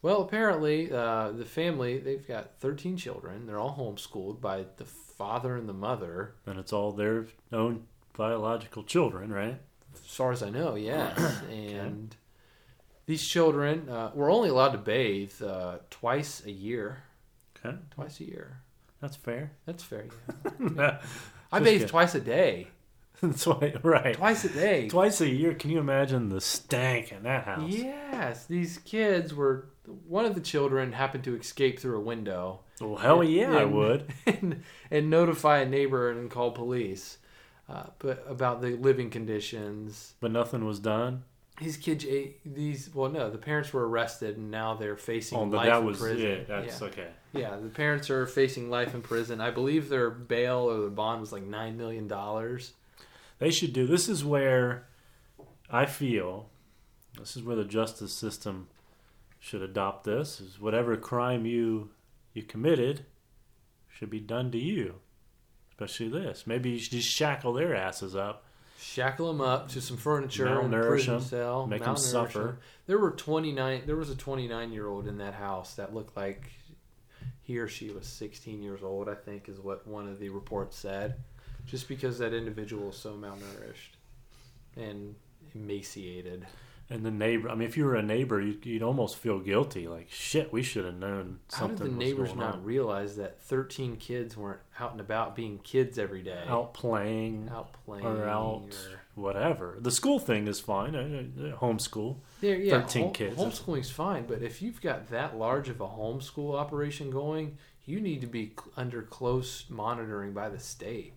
Speaker 2: Well, apparently, uh, the family, they've got 13 children. They're all homeschooled by the father and the mother.
Speaker 1: And it's all their own biological children, right?
Speaker 2: as far as I
Speaker 1: [COUGHS]
Speaker 2: know, yes. and these children uh, were only allowed to bathe uh, twice a year.
Speaker 1: Okay,
Speaker 2: twice a year.
Speaker 1: that's fair. [LAUGHS]
Speaker 2: That's fair. Yeah.
Speaker 1: that's
Speaker 2: I
Speaker 1: Just
Speaker 2: bathe
Speaker 1: kidding.
Speaker 2: twice a day.
Speaker 1: why, right.
Speaker 2: Twice a
Speaker 1: [LAUGHS]
Speaker 2: day.
Speaker 1: Twice a year. Can you imagine the stank in that house?
Speaker 2: Yes, these kids were. One of the children happened to escape through a window. [LAUGHS]
Speaker 1: Well, hell
Speaker 2: And-
Speaker 1: yeah, I
Speaker 2: and-
Speaker 1: would.
Speaker 2: and, and notify a neighbor and call police uh, but about the living conditions.
Speaker 1: But nothing was done.
Speaker 2: These kids, ate, these well, no, the parents were arrested and now they're facing
Speaker 1: Oh, but
Speaker 2: life
Speaker 1: that
Speaker 2: in
Speaker 1: was
Speaker 2: prison.
Speaker 1: yeah. That's
Speaker 2: yeah.
Speaker 1: okay.
Speaker 2: Yeah, the parents are facing life in prison. I believe their bail or their bond was like nine million dollars.
Speaker 1: They should do. This is where I feel. This is where the justice system should adopt this. Is whatever crime you you committed should be done to you, especially this. Maybe you should just shackle their asses up.
Speaker 2: Shackle them up to some furniture and
Speaker 1: Malnourish
Speaker 2: prison
Speaker 1: 'em,
Speaker 2: cell.
Speaker 1: make 'em
Speaker 2: malnourish
Speaker 1: suffer.
Speaker 2: 'em. There were twenty nine. There was a twenty nine year old in that house that looked like he or she was sixteen years old. I think is what one of the reports said. Just because that individual is so malnourished and emaciated.
Speaker 1: And the neighbor. I mean, if you were a neighbor, you, you'd almost feel guilty. Like shit, we should have known
Speaker 2: How
Speaker 1: something.
Speaker 2: did the
Speaker 1: was
Speaker 2: neighbors
Speaker 1: going
Speaker 2: not
Speaker 1: on.
Speaker 2: realize that thirteen kids weren't out and about being kids every day?
Speaker 1: out playing?
Speaker 2: out playing
Speaker 1: or out
Speaker 2: or-
Speaker 1: whatever. The school thing is fine. uh, uh, Homeschool.
Speaker 2: Yeah, yeah.
Speaker 1: 13
Speaker 2: home-
Speaker 1: kids.
Speaker 2: Homeschooling's fine, but if you've got that large of a homeschool operation going, you need to be cl- under close monitoring by the state.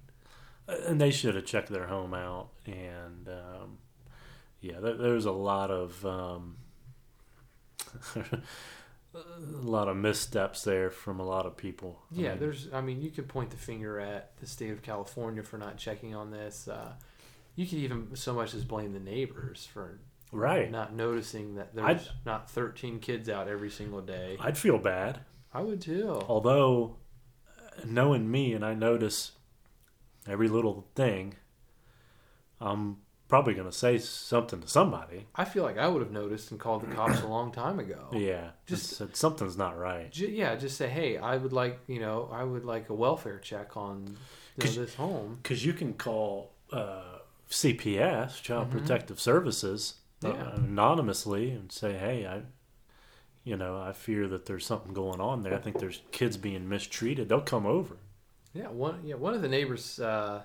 Speaker 1: Uh, And they should have checked their home out. And um, yeah, there, there's a lot of um, [LAUGHS] a lot of missteps there from a lot of people. I
Speaker 2: Yeah,
Speaker 1: mean,
Speaker 2: there's. I mean, you could point the finger at the state of California for not checking on this. Uh, you could even so much as blame the neighbors for
Speaker 1: right.
Speaker 2: not noticing that there's
Speaker 1: I'd-
Speaker 2: not 13 kids out every single day.
Speaker 1: I'd feel bad,
Speaker 2: I would too.
Speaker 1: although uh, knowing me and I notice every little thing. I'm probably gonna say something to somebody.
Speaker 2: I feel like I would have noticed and called the cops a long time ago.
Speaker 1: yeah,
Speaker 2: Oh, just-
Speaker 1: just said something's not right.
Speaker 2: Ju- yeah, just say, hey, I would like, you know, I would like a welfare check on you know,
Speaker 1: 'Cause-
Speaker 2: this home.
Speaker 1: because you can call uh, CPS, Child Protective Services, uh,
Speaker 2: Mm-hmm. Yeah.
Speaker 1: anonymously and say, "Hey, I, you know, I fear that there's something going on there. I think there's kids being mistreated. They'll come over."
Speaker 2: Yeah, one yeah one of the neighbors uh,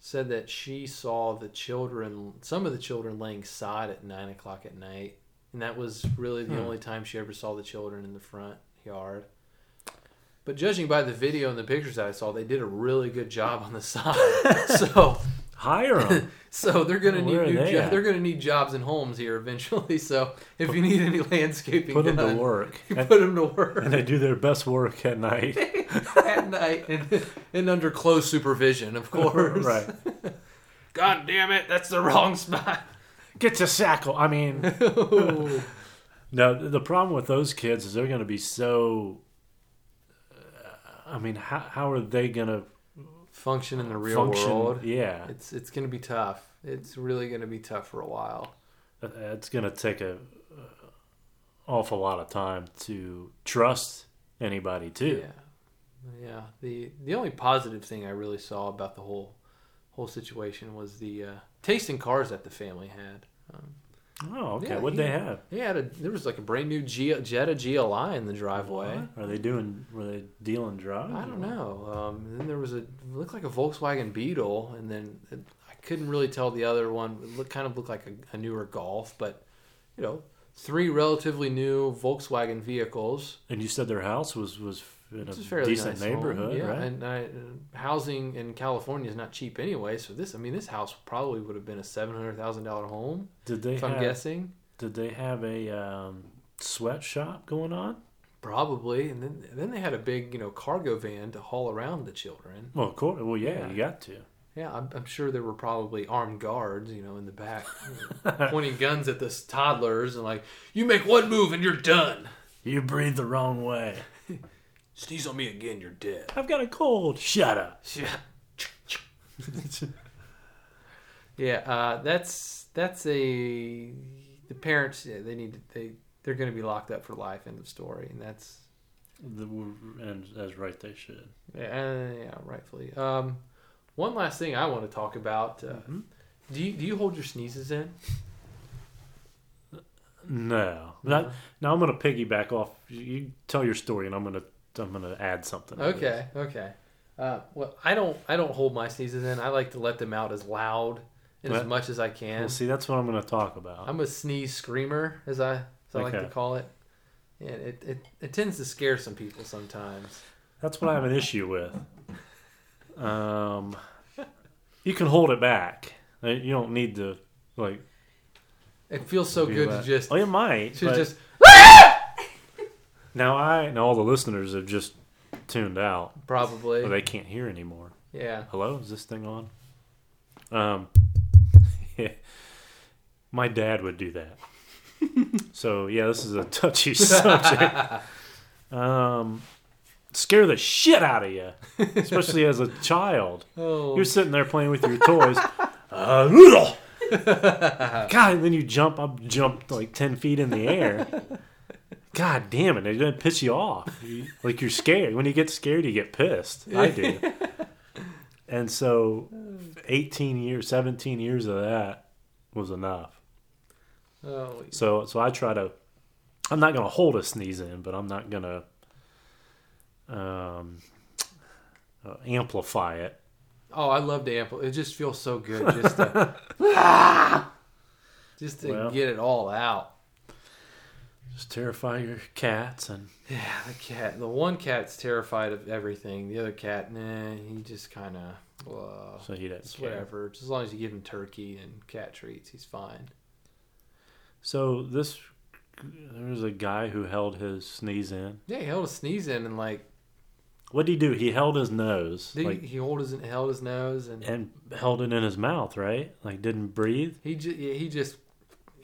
Speaker 2: said that she saw the children, some of the children laying sod at nine o'clock at night, and that was really the
Speaker 1: Hmm.
Speaker 2: only time she ever saw the children in the front yard. But judging by the video and the pictures that I saw, they did a really good job on
Speaker 1: [LAUGHS]
Speaker 2: the sod. so
Speaker 1: Hire them.
Speaker 2: [LAUGHS] so they're gonna
Speaker 1: Where are
Speaker 2: need new
Speaker 1: they
Speaker 2: jo-
Speaker 1: at?
Speaker 2: they're gonna need jobs and homes here eventually. So if you need any landscaping,
Speaker 1: put them to
Speaker 2: done,
Speaker 1: work,
Speaker 2: [LAUGHS] you
Speaker 1: and,
Speaker 2: put them
Speaker 1: [LAUGHS]
Speaker 2: to work
Speaker 1: and they do their best work at night.
Speaker 2: at night and, and under close supervision, of
Speaker 1: [LAUGHS]
Speaker 2: course.
Speaker 1: right.
Speaker 2: God damn it, that's the wrong [LAUGHS] spot.
Speaker 1: Get your shackle. I mean, No, th- the problem with those kids is they're going to be so. uh, I mean, how how are they going to
Speaker 2: Function in the real
Speaker 1: function?
Speaker 2: world.
Speaker 1: Yeah,
Speaker 2: It's it's gonna be tough. It's really gonna be tough for a while.
Speaker 1: Uh, it's going to take a uh, awful lot of time to trust anybody too.
Speaker 2: Yeah. Yeah. The the only positive thing I really saw about the whole whole situation was the uh, taste in cars that the family had. Um,
Speaker 1: Oh, okay.
Speaker 2: Yeah,
Speaker 1: What'd
Speaker 2: he-
Speaker 1: they have?
Speaker 2: they had a there was like a brand new G, Jetta GLI in the driveway.
Speaker 1: What? Are they doing? Were they dealing drugs?
Speaker 2: I don't
Speaker 1: or-
Speaker 2: know. Um, and then there was a looked like a Volkswagen Beetle, and then it, I couldn't really tell the other one. It looked kind of looked like a, a newer Golf, but you know, three relatively new Volkswagen vehicles.
Speaker 1: And you said their house was was in
Speaker 2: It's a
Speaker 1: a
Speaker 2: fairly
Speaker 1: decent
Speaker 2: nice
Speaker 1: neighborhood,
Speaker 2: home. yeah.
Speaker 1: right?
Speaker 2: And I, uh, housing in California is not cheap anyway. So this, I mean, this house probably would have been a seven hundred thousand dollar home.
Speaker 1: did they
Speaker 2: if I'm
Speaker 1: have?
Speaker 2: guessing,
Speaker 1: Did they have a um, sweatshop going on?
Speaker 2: probably. And then then they had a big you know cargo van to haul around the children.
Speaker 1: Well, of course. Well, yeah,
Speaker 2: Yeah.
Speaker 1: you got to.
Speaker 2: Yeah, I'm, I'm sure there were probably armed guards, you know, in the back, you know, pointing guns at this toddlers and like, you make one move and you're done.
Speaker 1: You breathe the wrong way.
Speaker 2: Sneeze on me again, you're dead.
Speaker 1: I've got a cold. Shut up.
Speaker 2: Yeah, [LAUGHS] yeah. Uh, that's that's a the parents. Yeah, they need to, they they're going to be locked up for life. End of story. And that's
Speaker 1: The- and as right they should.
Speaker 2: yeah, uh, yeah rightfully. Um, one last thing I want to talk about. Uh, Do you do you hold your sneezes in?
Speaker 1: No. Not, now I'm going to piggyback off. You- You tell your story, and I'm going to I'm gonna add something. to this.
Speaker 2: Okay, okay. Uh, well, I don't I don't hold my sneezes in. I like to let them out as loud and as
Speaker 1: Well-
Speaker 2: much as I can.
Speaker 1: Well, see, that's what I'm gonna talk about.
Speaker 2: I'm a sneeze screamer, as I as I like
Speaker 1: Okay.
Speaker 2: to call it. And it, it it tends to scare some people sometimes.
Speaker 1: That's what I have an issue with. Um, you can hold it back. Uh, You don't need to like.
Speaker 2: It feels so
Speaker 1: be
Speaker 2: good
Speaker 1: like-
Speaker 2: to just
Speaker 1: Oh, it might.
Speaker 2: to
Speaker 1: but
Speaker 2: just
Speaker 1: now I and all the listeners have just tuned out.
Speaker 2: probably
Speaker 1: Or they can't hear anymore.
Speaker 2: yeah.
Speaker 1: Hello, is this thing on? Um, [LAUGHS] my dad would do that. so yeah, this is a touchy [LAUGHS] subject. Um, scare the shit out of you, especially as a child.
Speaker 2: Oh,
Speaker 1: You're sitting there playing with your toys. Uh, ugh. God, and then you jump up, jumped like ten feet in the air. God damn it! It didn't piss you off. You- Like you're scared. When you get scared, you get pissed. I do. And so, eighteen years, seventeen years of that was enough.
Speaker 2: oh,
Speaker 1: So, so I try to. I'm not gonna hold a sneeze in, but I'm not gonna um, uh, amplify it.
Speaker 2: oh, I love to ample. It just feels so good
Speaker 1: [LAUGHS]
Speaker 2: just to [LAUGHS] just to
Speaker 1: Well.
Speaker 2: get it all out.
Speaker 1: Just terrify your cats and
Speaker 2: Yeah, the cat. The one cat's terrified of everything. The other cat, nah, he just kind of whoa.
Speaker 1: so he doesn't
Speaker 2: It's
Speaker 1: care.
Speaker 2: whatever. Just as long as you give him turkey and cat treats, he's fine.
Speaker 1: So this there was a guy who held his sneeze in.
Speaker 2: Yeah, he held a sneeze in and like
Speaker 1: What did he do? He held his nose
Speaker 2: did
Speaker 1: like,
Speaker 2: he, he hold his held his nose and
Speaker 1: and held it in his mouth, right? Like didn't breathe.
Speaker 2: he just yeah, he just.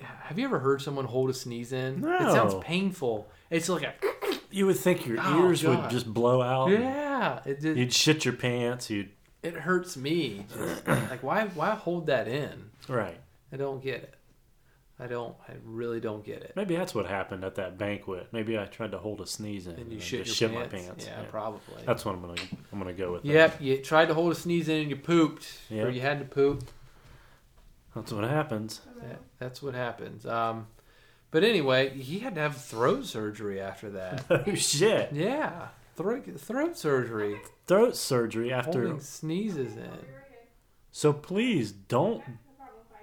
Speaker 2: Have you ever heard someone hold a sneeze in? It
Speaker 1: No.
Speaker 2: sounds painful. It's like a
Speaker 1: You would think your
Speaker 2: Oh,
Speaker 1: ears
Speaker 2: God.
Speaker 1: would just blow out.
Speaker 2: yeah. It just,
Speaker 1: You'd shit your pants. You'd
Speaker 2: it hurts me. Just, like why why hold that in?
Speaker 1: right.
Speaker 2: I don't get it. I don't. I really don't get it.
Speaker 1: Maybe that's what happened at that banquet. Maybe I tried to hold a sneeze in
Speaker 2: And you
Speaker 1: just
Speaker 2: shit your
Speaker 1: shit
Speaker 2: pants.
Speaker 1: my pants.
Speaker 2: Yeah,
Speaker 1: Yeah.
Speaker 2: probably.
Speaker 1: That's what I'm gonna I'm gonna go with. that.
Speaker 2: Yep, you tried to hold a sneeze in and you pooped, or
Speaker 1: Yep.
Speaker 2: you had to poop.
Speaker 1: That's what happens. [LAUGHS]
Speaker 2: That, that's what happens. Um, but anyway, he had to have throat surgery
Speaker 1: [LAUGHS]
Speaker 2: after that.
Speaker 1: oh shit!
Speaker 2: yeah, throat throat surgery,
Speaker 1: Throat surgery after.
Speaker 2: holding sneezes in.
Speaker 1: So please don't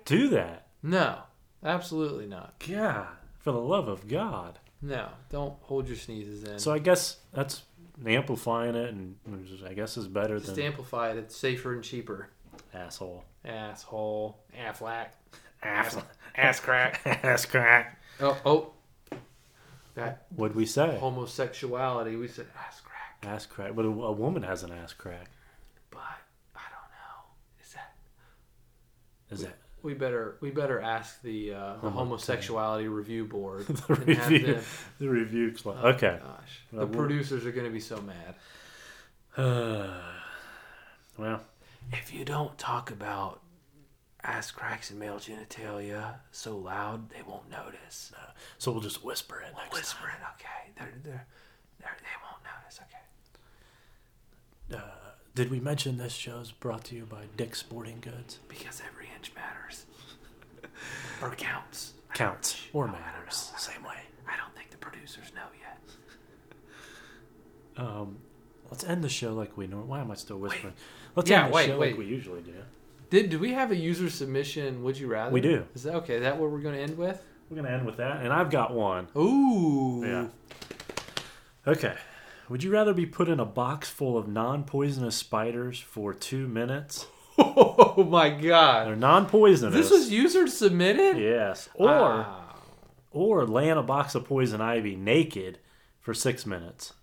Speaker 1: do that.
Speaker 2: No, absolutely not.
Speaker 1: God, for the love of God.
Speaker 2: No, don't hold your sneezes in.
Speaker 1: So I guess that's amplifying it, and which is- I guess is better
Speaker 2: Just
Speaker 1: than
Speaker 2: amplify it. It's safer and cheaper.
Speaker 1: asshole.
Speaker 2: Asshole, Aflac.
Speaker 1: Ass, ass crack. [LAUGHS] ass crack.
Speaker 2: Oh, oh, that
Speaker 1: What'd we say?
Speaker 2: homosexuality. We said ass crack,
Speaker 1: Ass crack. But a, a woman has an ass crack.
Speaker 2: but I don't know. Is that
Speaker 1: Is that
Speaker 2: We better we better ask the, uh, the
Speaker 1: Homo-
Speaker 2: homosexuality review [LAUGHS] board.
Speaker 1: the review? The review club.
Speaker 2: [LAUGHS]
Speaker 1: okay.
Speaker 2: oh Gosh,
Speaker 1: Uh,
Speaker 2: the
Speaker 1: we'll-
Speaker 2: producers are going to be so mad.
Speaker 1: [SIGHS] well,
Speaker 2: If you don't talk about ass cracks and male genitalia so loud, they won't notice. Uh,
Speaker 1: so we'll just whisper it next
Speaker 2: Whisper it, okay? They're, they're, they're, they won't notice, okay?
Speaker 1: time. Uh, did we mention this show's brought to you by Dick's Sporting Goods?
Speaker 2: Because every inch [LAUGHS] matters or counts.
Speaker 1: Counts or matters.
Speaker 2: [LAUGHS]
Speaker 1: Same way.
Speaker 2: I don't think the producers know yet.
Speaker 1: Um, let's end the show like we know. Why am I still whispering? Let's
Speaker 2: Yeah,
Speaker 1: end the
Speaker 2: wait,
Speaker 1: show
Speaker 2: wait.
Speaker 1: like we usually do.
Speaker 2: Did do we have a user submission? Would you rather?
Speaker 1: We do.
Speaker 2: Is that okay? Is that what we're going to end with?
Speaker 1: We're gonna end with that, and I've got one.
Speaker 2: Ooh.
Speaker 1: Yeah. Okay. Would you rather be put in a box full of non-poisonous spiders for two minutes?
Speaker 2: [LAUGHS] Oh my god.
Speaker 1: They're non-poisonous.
Speaker 2: This was Ah. user submitted?
Speaker 1: yes, or
Speaker 2: Wow.
Speaker 1: or lay in a box of poison ivy naked for six minutes.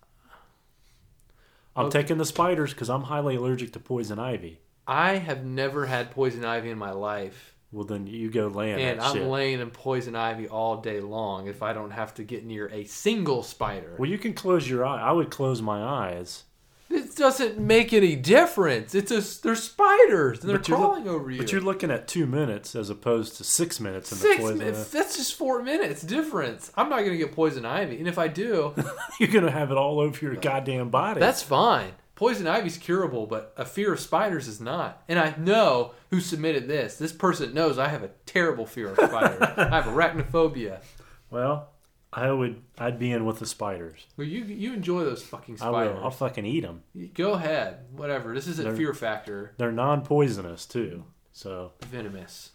Speaker 1: I'm
Speaker 2: Okay.
Speaker 1: taking the spiders because I'm highly allergic to poison ivy.
Speaker 2: I have never had poison ivy in my life.
Speaker 1: Well, then you go lay in
Speaker 2: and
Speaker 1: that
Speaker 2: I'm
Speaker 1: shit.
Speaker 2: laying in poison ivy all day long if I don't have to get near a single spider.
Speaker 1: well, you can close your eye. I would close my eyes.
Speaker 2: This doesn't make any difference. It's a they're spiders and they're
Speaker 1: But you're look-
Speaker 2: crawling over you.
Speaker 1: But you're looking at two minutes as opposed to six minutes in the
Speaker 2: Six
Speaker 1: poison.
Speaker 2: minutes. That's just four minutes difference. I'm not gonna get poison ivy, and if I do,
Speaker 1: [LAUGHS] You're gonna have it all over your goddamn body.
Speaker 2: That's fine. Poison ivy's curable, but a fear of spiders is not. And I know who submitted this.
Speaker 1: [LAUGHS]
Speaker 2: This person knows I have a terrible fear of spiders. I have arachnophobia.
Speaker 1: Well, I would. I'd be in with the spiders.
Speaker 2: Well, you you enjoy those fucking
Speaker 1: I
Speaker 2: spiders.
Speaker 1: will. I'll fucking eat them.
Speaker 2: You- Go ahead, whatever. This isn't
Speaker 1: They're-
Speaker 2: fear factor.
Speaker 1: They're non-poisonous too, so
Speaker 2: Venomous.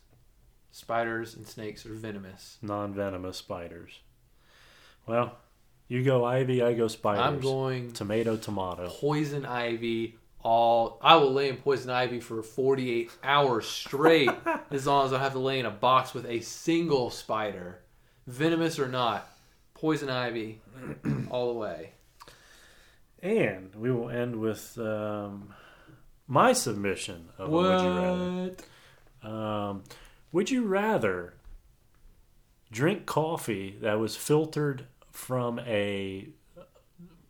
Speaker 2: Spiders and snakes are venomous.
Speaker 1: non-venomous spiders. Well, you go ivy. I go spiders.
Speaker 2: I'm going
Speaker 1: tomato, tomato.
Speaker 2: poison ivy. All I will lay in poison ivy for 48 hours straight, as long as I have to lay in a box with a single spider, venomous or not. Poison ivy, all
Speaker 1: [CLEARS THROAT]
Speaker 2: the way.
Speaker 1: And we will end with um, my submission of a would you rather. Um, would you rather drink coffee that was filtered from a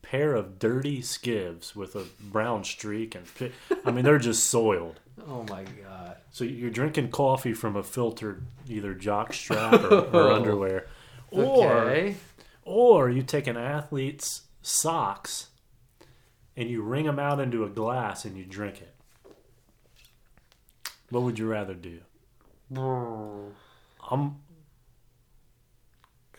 Speaker 1: pair of dirty skivs with a brown streak and pi- I mean they're just soiled.
Speaker 2: Oh my god.
Speaker 1: So you're drinking coffee from a filtered either jock strap or, or underwear, or
Speaker 2: okay.
Speaker 1: or you take an athlete's socks and you wring them out into a glass and you drink it. What would you rather do? I'm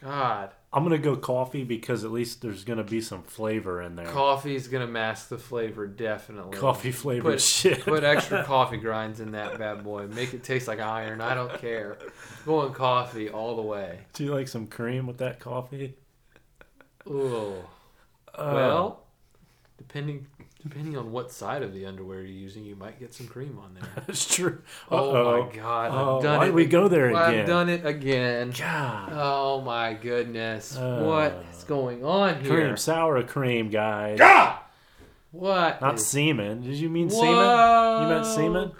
Speaker 2: God.
Speaker 1: I'm gonna go coffee because at least there's gonna be some flavor in there.
Speaker 2: Coffee's gonna mask the flavor definitely.
Speaker 1: coffee [LAUGHS] flavored
Speaker 2: Put-
Speaker 1: shit.
Speaker 2: Put extra coffee grinds in that bad boy. Make it taste like iron. I don't care. Going coffee all the way.
Speaker 1: [LAUGHS] Do you like some cream with that coffee?
Speaker 2: Ooh.
Speaker 1: Uh,
Speaker 2: well, depending depending on what side of the underwear you're using, you might get some cream
Speaker 1: [LAUGHS]
Speaker 2: on there.
Speaker 1: [LAUGHS] that's true.
Speaker 2: Oh
Speaker 1: Uh-oh.
Speaker 2: my god!
Speaker 1: Oh,
Speaker 2: I've done
Speaker 1: why
Speaker 2: it.
Speaker 1: did we go there
Speaker 2: I've
Speaker 1: again?
Speaker 2: done it again.
Speaker 1: God,
Speaker 2: Oh my goodness!
Speaker 1: Uh,
Speaker 2: what is going on here?
Speaker 1: cream, sour cream, guys.
Speaker 2: What?
Speaker 1: Not
Speaker 2: is-
Speaker 1: semen. Did you mean semen?
Speaker 2: Whoa!
Speaker 1: You meant semen?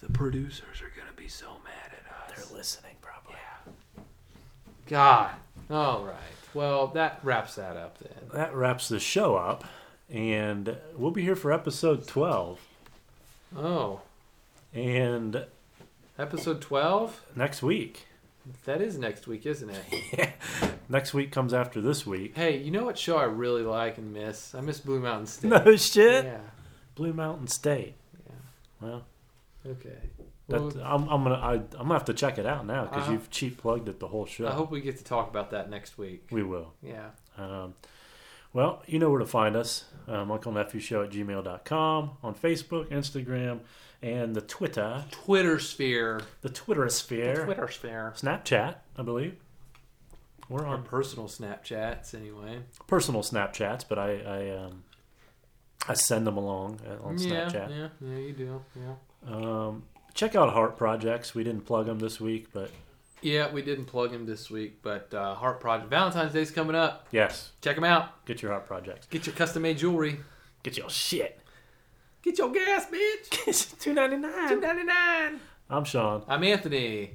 Speaker 2: The producers are gonna be so mad at us.
Speaker 1: They're listening, probably.
Speaker 2: God. All right. Well, that wraps that up then.
Speaker 1: That wraps the show up, and we'll be here for episode twelve.
Speaker 2: Oh,
Speaker 1: And
Speaker 2: episode twelve.
Speaker 1: next week,
Speaker 2: That is next week, isn't it?
Speaker 1: next week comes after this week. [LAUGHS]
Speaker 2: Hey, you know what show I really like and miss? I miss Blue Mountain State.
Speaker 1: No shit.
Speaker 2: Yeah.
Speaker 1: Blue Mountain State.
Speaker 2: Yeah.
Speaker 1: Well,
Speaker 2: Okay.
Speaker 1: that,
Speaker 2: Well,
Speaker 1: I'm, I'm gonna I, I'm gonna have to check it out now because
Speaker 2: Uh-huh.
Speaker 1: you've cheap plugged it the whole show.
Speaker 2: I hope we get to talk about that next week.
Speaker 1: we will.
Speaker 2: Yeah.
Speaker 1: Um, well, you know where to find us. Um, Uncle Nephew Show at gmail.com on Facebook, Instagram, and the Twitter,
Speaker 2: Twitter sphere.
Speaker 1: the Twitter sphere,
Speaker 2: Twitter sphere.
Speaker 1: Snapchat, I believe. We're
Speaker 2: Our
Speaker 1: on
Speaker 2: personal Snapchats, anyway.
Speaker 1: personal Snapchats, but I I, um, I send them along uh, on
Speaker 2: yeah,
Speaker 1: Snapchat.
Speaker 2: yeah, yeah, you do. Yeah.
Speaker 1: Um, check out Heart Projects. We didn't plug them this week, but
Speaker 2: Yeah, we didn't plug him this week, but uh, Heart Project Valentine's Day's coming up.
Speaker 1: yes,
Speaker 2: Check him out.
Speaker 1: get your Heart Projects.
Speaker 2: Get your custom made jewelry.
Speaker 1: Get your shit. [LAUGHS]
Speaker 2: Get your gas, bitch.
Speaker 1: It's two ninety nine.
Speaker 2: ninety nine.
Speaker 1: I'm Sean.
Speaker 2: I'm Anthony.